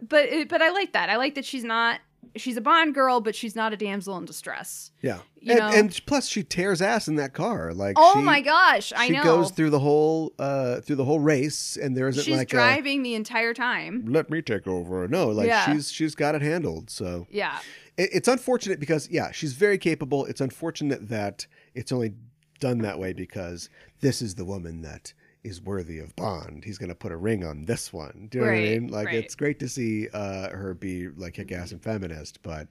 but it, but I like that. I like that she's not she's a Bond girl, but she's not a damsel in distress.
Yeah.
You
and,
know?
and plus, she tears ass in that car. Like,
oh
she,
my gosh, I
she
know.
goes through the whole uh through the whole race, and there isn't
she's
like a
driving the entire time.
let me take over. No, like
Yeah.
she's she's got it handled. So
Yeah,
it, it's unfortunate because yeah, she's very capable. It's unfortunate that it's only done that way because this is the woman that is worthy of Bond. He's going to put a ring on this one. Do you know what I
Right,
mean? Like
right.
it's great to see uh, her be like kick ass and feminist, but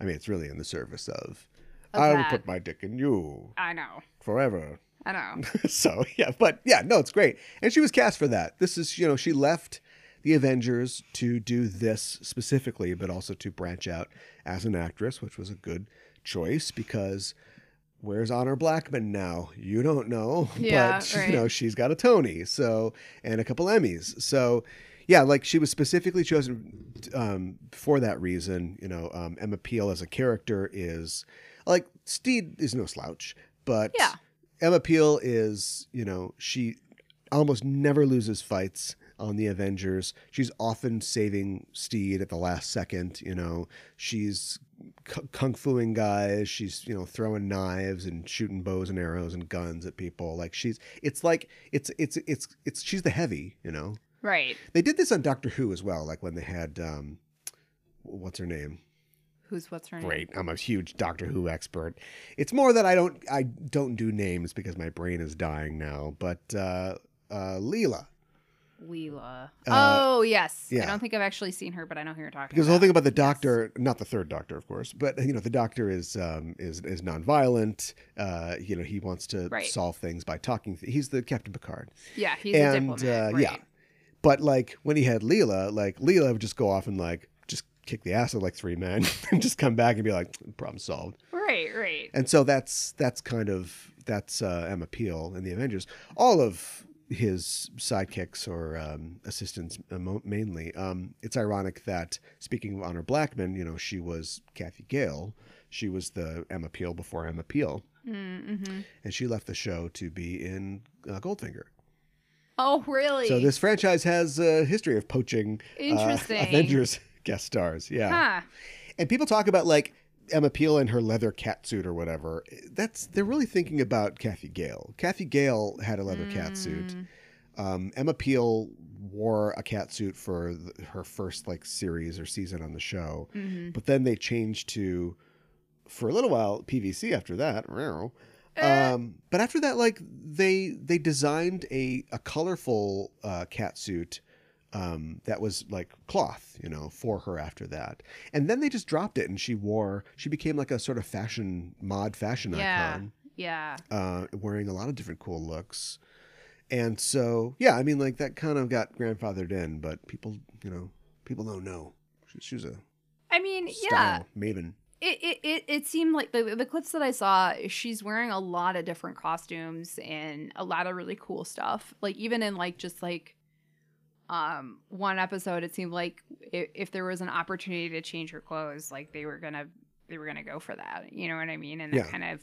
I mean it's really in the service of.
Of
I
that.
will put my dick in you
I know.
forever
I know.
so yeah, but yeah, no, it's great. And she was cast for that. This is you know she left the Avengers to do this specifically, but also to branch out as an actress, which was a good choice because where's Honor Blackman now? You don't know,
Yeah,
but
right.
you know she's got a Tony, so and a couple Emmys, so. Yeah, like she was specifically chosen um, for that reason. You know, um, Emma Peel as a character is like Steed is no slouch, but
Yeah.
Emma Peel is, you know, she almost never loses fights on the Avengers. She's often saving Steed at the last second, you know. She's cu- kung fuing guys, she's, you know, throwing knives and shooting bows and arrows and guns at people. Like she's it's like it's it's it's it's she's the heavy, you know.
Right.
They did this on Doctor Who as well, like when they had um what's her name?
Who's what's her name?
great. I'm a huge Doctor Who expert. It's more that I don't I don't do names because my brain is dying now. But uh, uh, Leela,
Leela.
Uh,
oh yes.
yeah.
I don't think I've actually seen her, but I know who you're talking
because the
about.
whole thing about the Doctor, not the third Doctor, of course, but you know the Doctor is um, is is nonviolent. Uh, you know he wants to
Right.
solve things by talking. Th- he's the Captain Picard.
yeah, he's a diplomat.
uh,
right.
yeah, but like when he had Leela, like Leela would just go off and like just kick the ass of like three men and just come back and be like problem solved.
Right. Right.
And so that's that's kind of that's uh, Emma Peel in the Avengers. All of his sidekicks or um, assistants uh, mo- mainly. Um, it's ironic that speaking of Honor Blackman, you know, she was Kathy Gale. She was the Emma Peel before Emma Peel,
Mm-hmm.
and she left the show to be in uh, Goldfinger.
Oh really?
So this franchise has a history of poaching uh,
Interesting.
Avengers guest stars. Yeah.
Huh.
And people talk about like Emma Peel in her leather cat suit or whatever. That's they're really thinking about Kathy Gale. Kathy Gale had a leather cat suit.
Mm.
Um, Emma Peel wore a cat suit for th- her first like series or season on the show,
Mhm.
but then they changed to for a little while PVC after that. Meow.
Eh.
Um, but after that, like they they designed a a colorful uh, cat suit um, that was like cloth, you know, for her after that, and then they just dropped it, and she wore she became like a sort of fashion mod fashion
Yeah.
icon,
Yeah.
uh, wearing a lot of different cool looks, and so yeah, I mean like that kind of got grandfathered in, but people you know people don't know she, she was a
I mean, yeah.
style maven.
It, it, it, it seemed like the, the clips that I saw, she's wearing a lot of different costumes and a lot of really cool stuff. Like, even in like just like um one episode, it seemed like if, if there was an opportunity to change her clothes, like they were gonna they were gonna go for that. You know what I mean? And that
Yeah.
kind of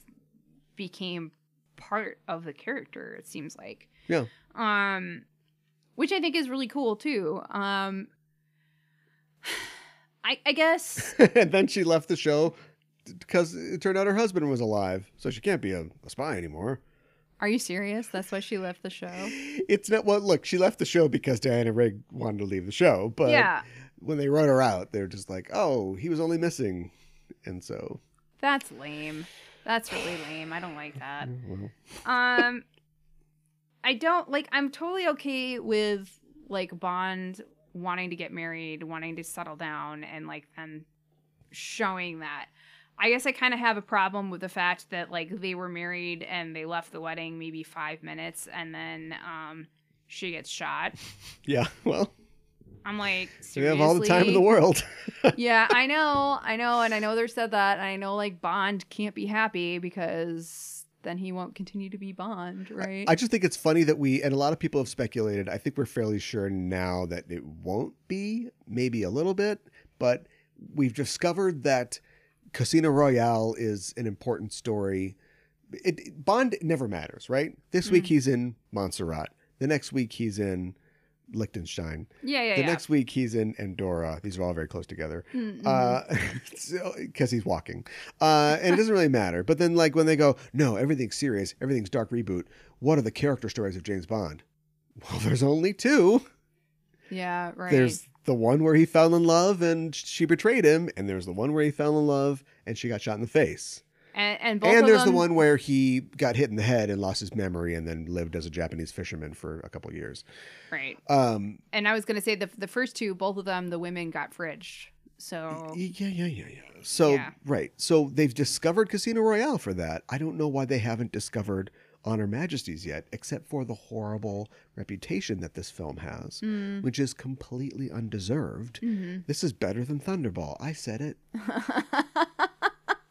became part of the character. It seems like
Yeah.
um, which I think is really cool too. Um, I I guess.
and then she left the show because it turned out her husband was alive, so she can't be a, a spy anymore.
Are you serious? That's why she left the show.
It's not well. Look, she left the show because Diana Rigg wanted to leave the show, but
yeah,
when they wrote her out, they're just like, "Oh, he was only missing," and so
that's lame. That's really lame. I don't like that.
well,
Um I don't like I'm totally okay with like Bond wanting to get married, wanting to settle down and like them showing that. I guess I kind of have a problem with the fact that like they were married and they left the wedding maybe 5 minutes and then um she gets shot.
yeah, well,
I'm like
we
seriously.
have all the time in the world.
yeah, I know, I know, and I know they said that, and I know like Bond can't be happy because then he won't continue to be Bond, right?
I just think it's funny that we and a lot of people have speculated. I think we're fairly sure now that it won't be, maybe a little bit, but we've discovered that Casino Royale is an important story. It,
Mm.
it- Bond never matters, right? This week he's in Montserrat. The next week he's in Liechtenstein.
Yeah, yeah,
the
yeah.
next week he's in Andorra. These are all very close together
Mm, mm.
uh, because he's walking. Uh, and it doesn't really matter. But then, like, when they go, no, everything's serious, everything's dark reboot, what are the character stories of James Bond? Well, there's only two.
yeah, right.
There's the one where he fell in love and she betrayed him, and there's the one where he fell in love and she got shot in the face.
and, and both
and
of
there's
them-
the one where he got hit in the head and lost his memory and then lived as a Japanese fisherman for a couple years.
Right.
Um,
And I was gonna say the the first two, both of them, the women got fridged. So
Y- E, Yeah, yeah, yeah, yeah. So
Yeah.
right, so they've discovered Casino Royale for that. I don't know why they haven't discovered Honor Majesties yet, except for the horrible reputation that this film has,
mm,
which is completely undeserved.
mhm.
This is better than Thunderball. I said it,
mm-hmm.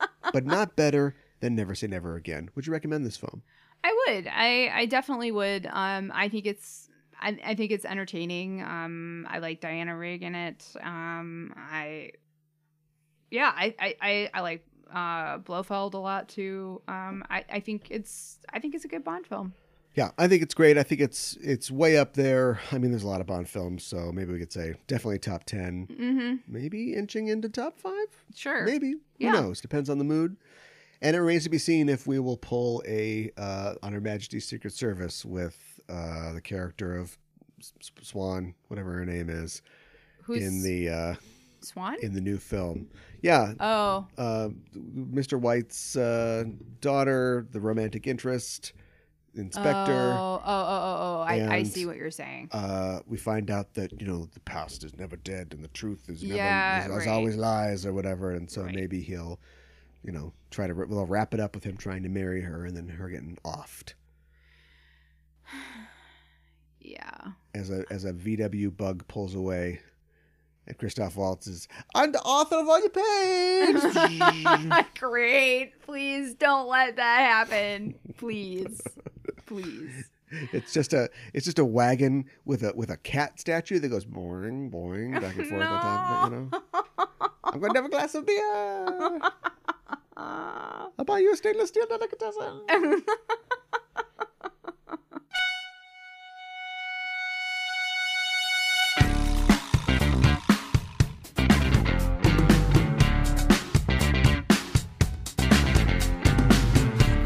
but not better than Never Say Never Again. Would you recommend this film?
I would. I I definitely would. Um, I think it's. I, I think it's entertaining. Um, I like Diana Rigg in it. Um, I, yeah, I, I, I, I like uh, Blofeld a lot too. Um, I, I think it's I think it's a good Bond film.
Yeah, I think it's great. I think it's it's way up there. I mean, there's a lot of Bond films, so maybe we could say definitely top ten,
Mm-hmm.
maybe inching into top five.
Sure.
Maybe.
Yeah.
Who knows? Depends on the mood. And it remains to be seen if we will pull a uh, on Her Majesty's Secret Service with uh, the character of S- S- Swan, whatever her name is,
Who's
in the uh,
Swan?
in the new film. Yeah,
oh,
uh, Mr. White's uh, daughter, the romantic interest, inspector.
Oh, oh, oh, oh, oh. I, I
and-
see what you're saying.
Uh, we find out that you know the past is never dead and the truth is never
Yeah,
is, is
right.
always lies or whatever, and so
Right.
maybe he'll, you know, try to we'll wrap it up with him trying to marry her and then her getting offed
Yeah.
as a as a VW bug pulls away, and Christoph Waltz is I'm the author of all your pain.
Great. Please don't let that happen. Please. Please.
it's just a it's just a wagon with a with a cat statue that goes boing boing back and forth all the time. You know, I'm going to have a glass of beer.
Ah.
I'll buy you a stainless steel delicatessen.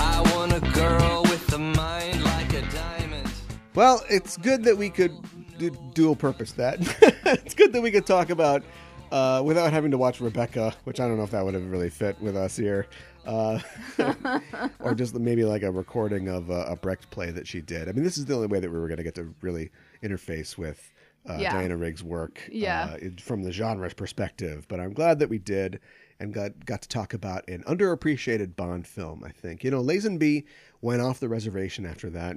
I want a girl with a mind like a diamond.
Well, it's good that we could d- dual purpose that. it's good that we could talk about uh, without having to watch Rebecca, which I don't know if that would have really fit with us here. Uh, or just maybe like a recording of uh, a Brecht play that she did. I mean, this is the only way that we were going to get to really interface with uh,
Yeah.
Diana Rigg's work
Yeah.
uh, in- from the genre perspective. But I'm glad that we did and got, got to talk about an underappreciated Bond film, I think. You know, Lazenby went off the reservation after that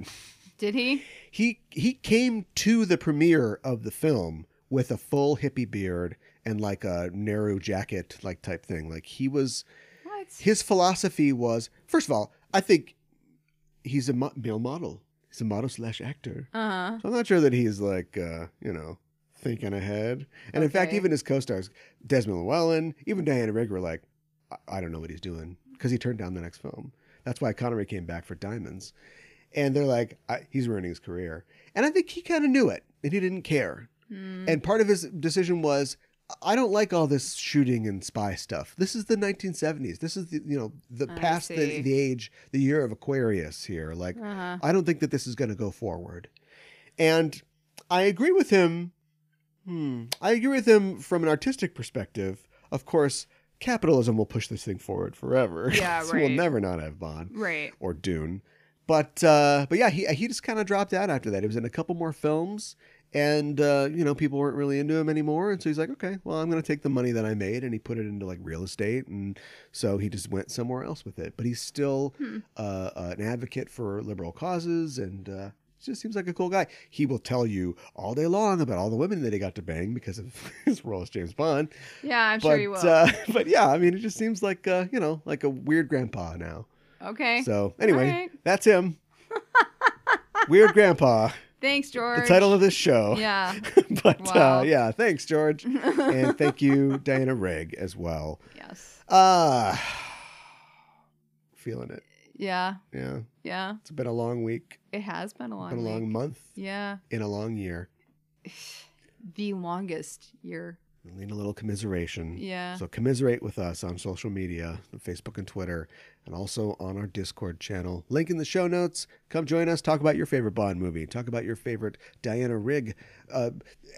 Did he?
he he came to the premiere of the film with a full hippie beard and like a narrow jacket like type thing like he was
What?
his philosophy was first of all i think he's a mo- male model he's a model slash actor
Uh huh.
so i'm not sure that he's like uh you know thinking ahead and in fact
Okay.
even his co-stars desmond llewellyn even diana rigg were like I-, I don't know what he's doing because he turned down the next film that's why connery came back for diamonds and they're like I- he's ruining his career and i think he kind of knew it and he didn't care
Hmm. Mm-hmm.
and part of his decision was i don't like all this shooting and spy stuff this is the 1970s this is the you know the
I
past the,
see.
the age the year of aquarius here like
Uh huh.
i don't think that this is going to go forward and i agree with him hmm, i agree with him from an artistic perspective of course capitalism will push this thing forward forever
Yeah,
so we'll
right.
never not have bond
Right.
or Dune. But uh, but yeah, he he just kind of dropped out after that. He was in a couple more films, and uh, you know people weren't really into him anymore. And so he's like, okay, well I'm going to take the money that I made, and he put it into like real estate, and so he just went somewhere else with it. But he's still
Hmm.
uh, uh, an advocate for liberal causes, and uh, he just seems like a cool guy. He will tell you all day long about all the women that he got to bang because of his role as James Bond.
Yeah, I'm
but
sure he will.
Uh, but yeah, I mean it just seems like uh, you know like a weird grandpa now.
okay.
So anyway,
All right.
that's him. Weird Grandpa,
Thanks, George.
the title of this show.
Yeah.
but uh,
Wow.
yeah, thanks, George. and thank you, Diana Rigg, as well.
yes.
Uh feeling it.
Yeah.
Yeah.
Yeah.
It's been a long week,
It has been a long.
been a long
week.
month,
Yeah.
in a long year.
the longest year.
We need a little commiseration.
Yeah.
So commiserate with us on social media, on Facebook and Twitter, and also on our Discord channel. Link in the show notes. Come join us. Talk about your favorite Bond movie. Talk about your favorite Diana Rigg uh,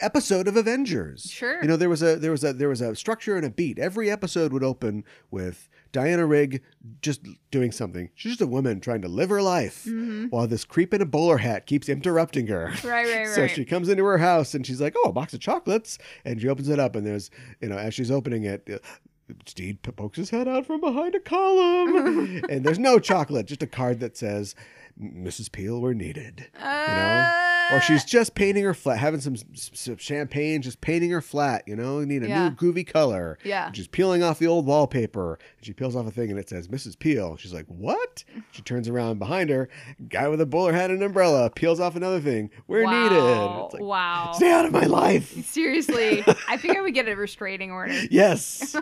episode of Avengers.
Sure.
You know there was a there was a there was a structure and a beat. Every episode would open with Diana Rigg just doing something. She's just a woman trying to live her life while this creep in a bowler hat keeps interrupting her.
Mm-hmm. Right, right, right.
So she comes into her house and she's like, "Oh, a box of chocolates," and she opens it up and there's, you know, as she's opening it, uh, Steed p- pokes his head out from behind a column, and there's no chocolate, just a card that says, "Mrs. Peel, we're needed." You know.
Uh,
Or she's just painting her flat, having some, some champagne, just painting her flat. You know, need a
Yeah.
new groovy color.
Yeah.
She's peeling off the old wallpaper. And she peels off a thing and it says, Mrs. Peel. She's like, What? She turns around behind her. Guy with a bowler hat and umbrella peels off another thing. We're needed.
Wow.
It's like,
wow.
Stay out of my life.
Seriously, I think I would get a restraining order.
Yes.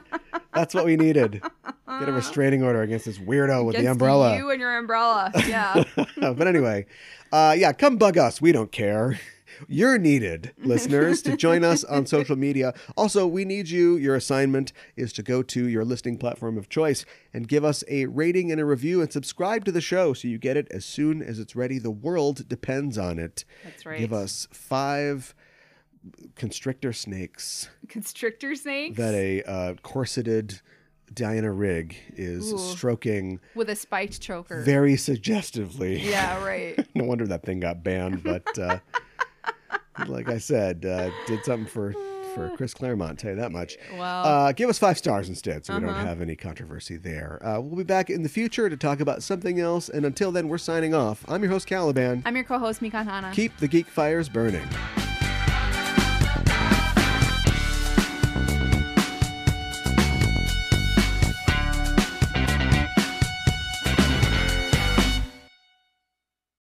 That's what we needed. Get a restraining order against this weirdo with the
Against
umbrella.
You and your umbrella. Yeah.
but anyway, uh, yeah, come bug us. We don't care. You're needed, listeners, to join us on social media. Also, we need you. Your assignment is to go to your listening platform of choice and give us a rating and a review and subscribe to the show so you get it as soon as it's ready. The world depends on it.
That's right.
Give us five constrictor snakes
Constrictor snakes
that a uh, corseted Diana Rigg is
Ooh.
stroking
with a spiked choker.
very suggestively.
yeah, right.
No wonder that thing got banned. But uh, like I said, uh, did something for for Chris Claremont. Tell you that much.
Well,
Uh, give us five stars instead, so we don't
Uh-huh.
have any controversy there. Uh, we'll be back in the future to talk about something else. And until then, we're signing off. I'm your host Caliban.
I'm your co-host Mikan Hana.
Keep the geek fires burning.